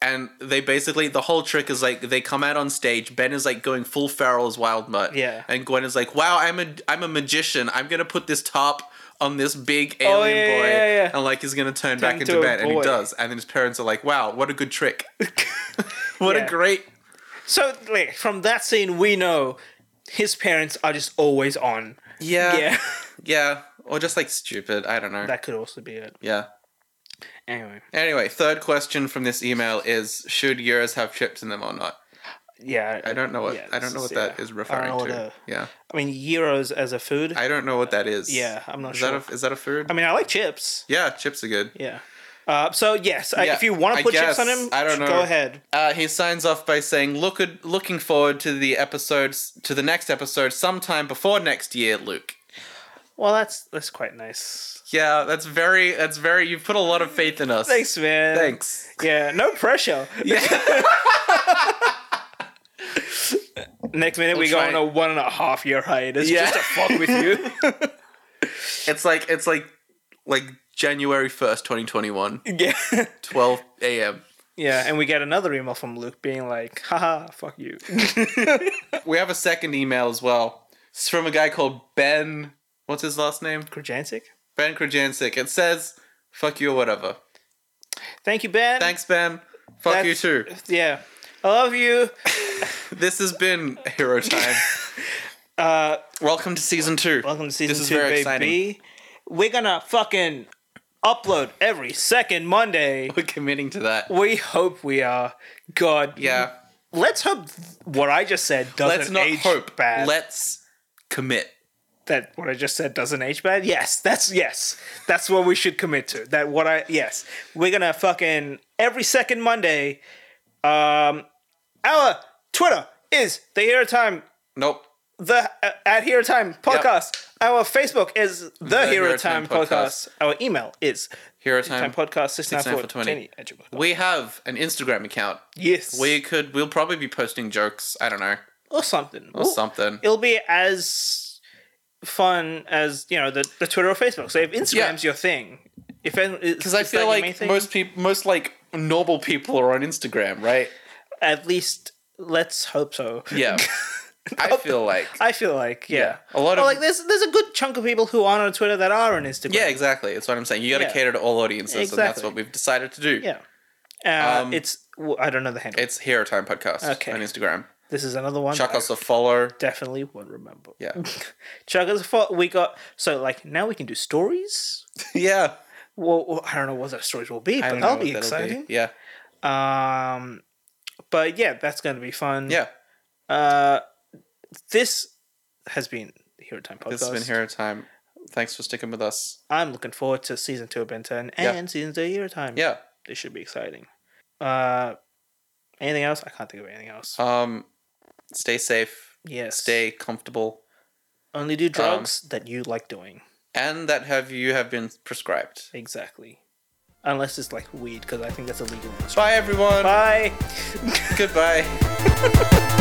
B: And they basically the whole trick is like they come out on stage. Ben is like going full feral as Wild Mutt.
A: Yeah.
B: And Gwen is like, "Wow, I'm a I'm a magician. I'm gonna put this top on this big alien
A: Oh, yeah, yeah,
B: boy,
A: yeah, yeah.
B: and like he's gonna turn, back into
A: into a
B: Ben." And he
A: boy.
B: does. And then his parents are like, "Wow, what a good trick! what
A: Yeah.
B: a great
A: So like, from that scene, we know his parents are just always on. Yeah,
B: Yeah, or just like stupid. I don't know.
A: that could also be it.
B: yeah.
A: Anyway,
B: Anyway, third question from this email is: Should Euros have chips in them or not?
A: yeah.
B: I don't know what
A: yeah,
B: I don't
A: this
B: know
A: is-
B: what that
A: yeah.
B: is
A: I
B: referring
A: don't know
B: to.
A: what the-
B: yeah,
A: I mean, euros as a food.
B: I don't know what that is.
A: yeah, I'm not
B: is
A: sure.
B: that a, is that a food?
A: I mean, I like chips.
B: yeah, chips are good.
A: Yeah. Uh, so yes, I
B: Yeah,
A: if you want
B: I
A: to put chips
B: guess.
A: on him,
B: I don't know.
A: Go ahead.
B: Uh, he signs off by saying, "Look, looking forward to the episodes to the next episode sometime before next year, Luke."
A: Well, that's that's quite nice.
B: Yeah, that's very that's very. You've put a lot of faith in us.
A: Thanks, man.
B: Thanks.
A: Yeah, no pressure.
B: Yeah.
A: Next minute we
B: We'll
A: go
B: try-
A: on a one and a half year hiatus
B: Yeah.
A: just to fuck with you.
B: It's like it's like like January first, twenty twenty one,
A: yeah.
B: twelve a.m.
A: Yeah, and we get another email from Luke being like, haha, fuck you.
B: We have a second email as well. It's from a guy called Ben. What's his last name?
A: Krajansic?
B: Ben Krajancic. It says, Fuck you or whatever.
A: Thank you, Ben.
B: Thanks, Ben. Fuck you
A: That's-
B: too.
A: Yeah. I love you.
B: This has been Hero Time.
A: Uh,
B: Welcome to season two.
A: welcome to season
B: This is
A: two,
B: very
A: baby.
B: exciting.
A: We're gonna fucking upload every second Monday.
B: We're committing to that.
A: We hope we are. God,
B: Yeah.
A: Let's hope what I just said doesn't
B: Let's not
A: age
B: hope.
A: bad.
B: Let's commit.
A: that what I just said doesn't age bad. Yes, that's yes. That's what we should commit to. That what I yes. We're gonna fucking every second Monday. Um, our Twitter is the Hero Time
B: Nope.
A: the uh, at Hero Time podcast. Our Facebook is the, Hero, Time, podcast. Our email is
B: Hero
A: Time
B: Time.
A: Podcast six nine four
B: 69420.
A: twenty at gmail.com.
B: We have an Instagram account.
A: Yes,
B: We could. We'll probably be posting jokes. I don't know
A: or something.
B: or something.
A: It'll be as fun as you know the, the Twitter or Facebook. So if Instagram's your thing, if because
B: Because I feel like most people, most like normal people are on Instagram, right?
A: at least let's hope so.
B: Yeah. I feel like.
A: I feel like yeah,
B: Yeah. A lot
A: Or
B: of-
A: like there's there's a good chunk of people who aren't on Twitter that are on Instagram.
B: Yeah, exactly. That's what I'm saying. You got to
A: Yeah.
B: cater to all audiences, and that's
A: Exactly.
B: what we've decided to do.
A: yeah. Uh,
B: Um,
A: it's well, I don't know the handle.
B: It's Hero Time Podcast
A: Okay.
B: on Instagram.
A: this is another one.
B: Chuck
A: that I
B: us a follow.
A: Definitely would remember.
B: Yeah.
A: Chuck us a fo- We got so like now we can do stories.
B: yeah.
A: Well, well, I don't know what those stories will be,
B: I don't
A: but
B: know
A: that'll
B: what
A: be
B: that'll
A: exciting.
B: Yeah.
A: Um, but yeah, that's going to be fun.
B: Yeah.
A: Uh, this has been the Hero Time podcast.
B: This has been Hero Time. Thanks for sticking with us.
A: I'm looking forward to season two of Ben 10
B: Yeah.
A: and season two of Hero Time.
B: Yeah.
A: This should be exciting. Uh, anything else? I can't think of anything else.
B: Um, stay safe.
A: yes.
B: Stay um, comfortable,
A: Only do drugs that you like doing.
B: and that have you have been prescribed.
A: Exactly. Unless it's like weed, because I think that's illegal. in Australia.
B: Bye, everyone.
A: Bye.
B: Goodbye.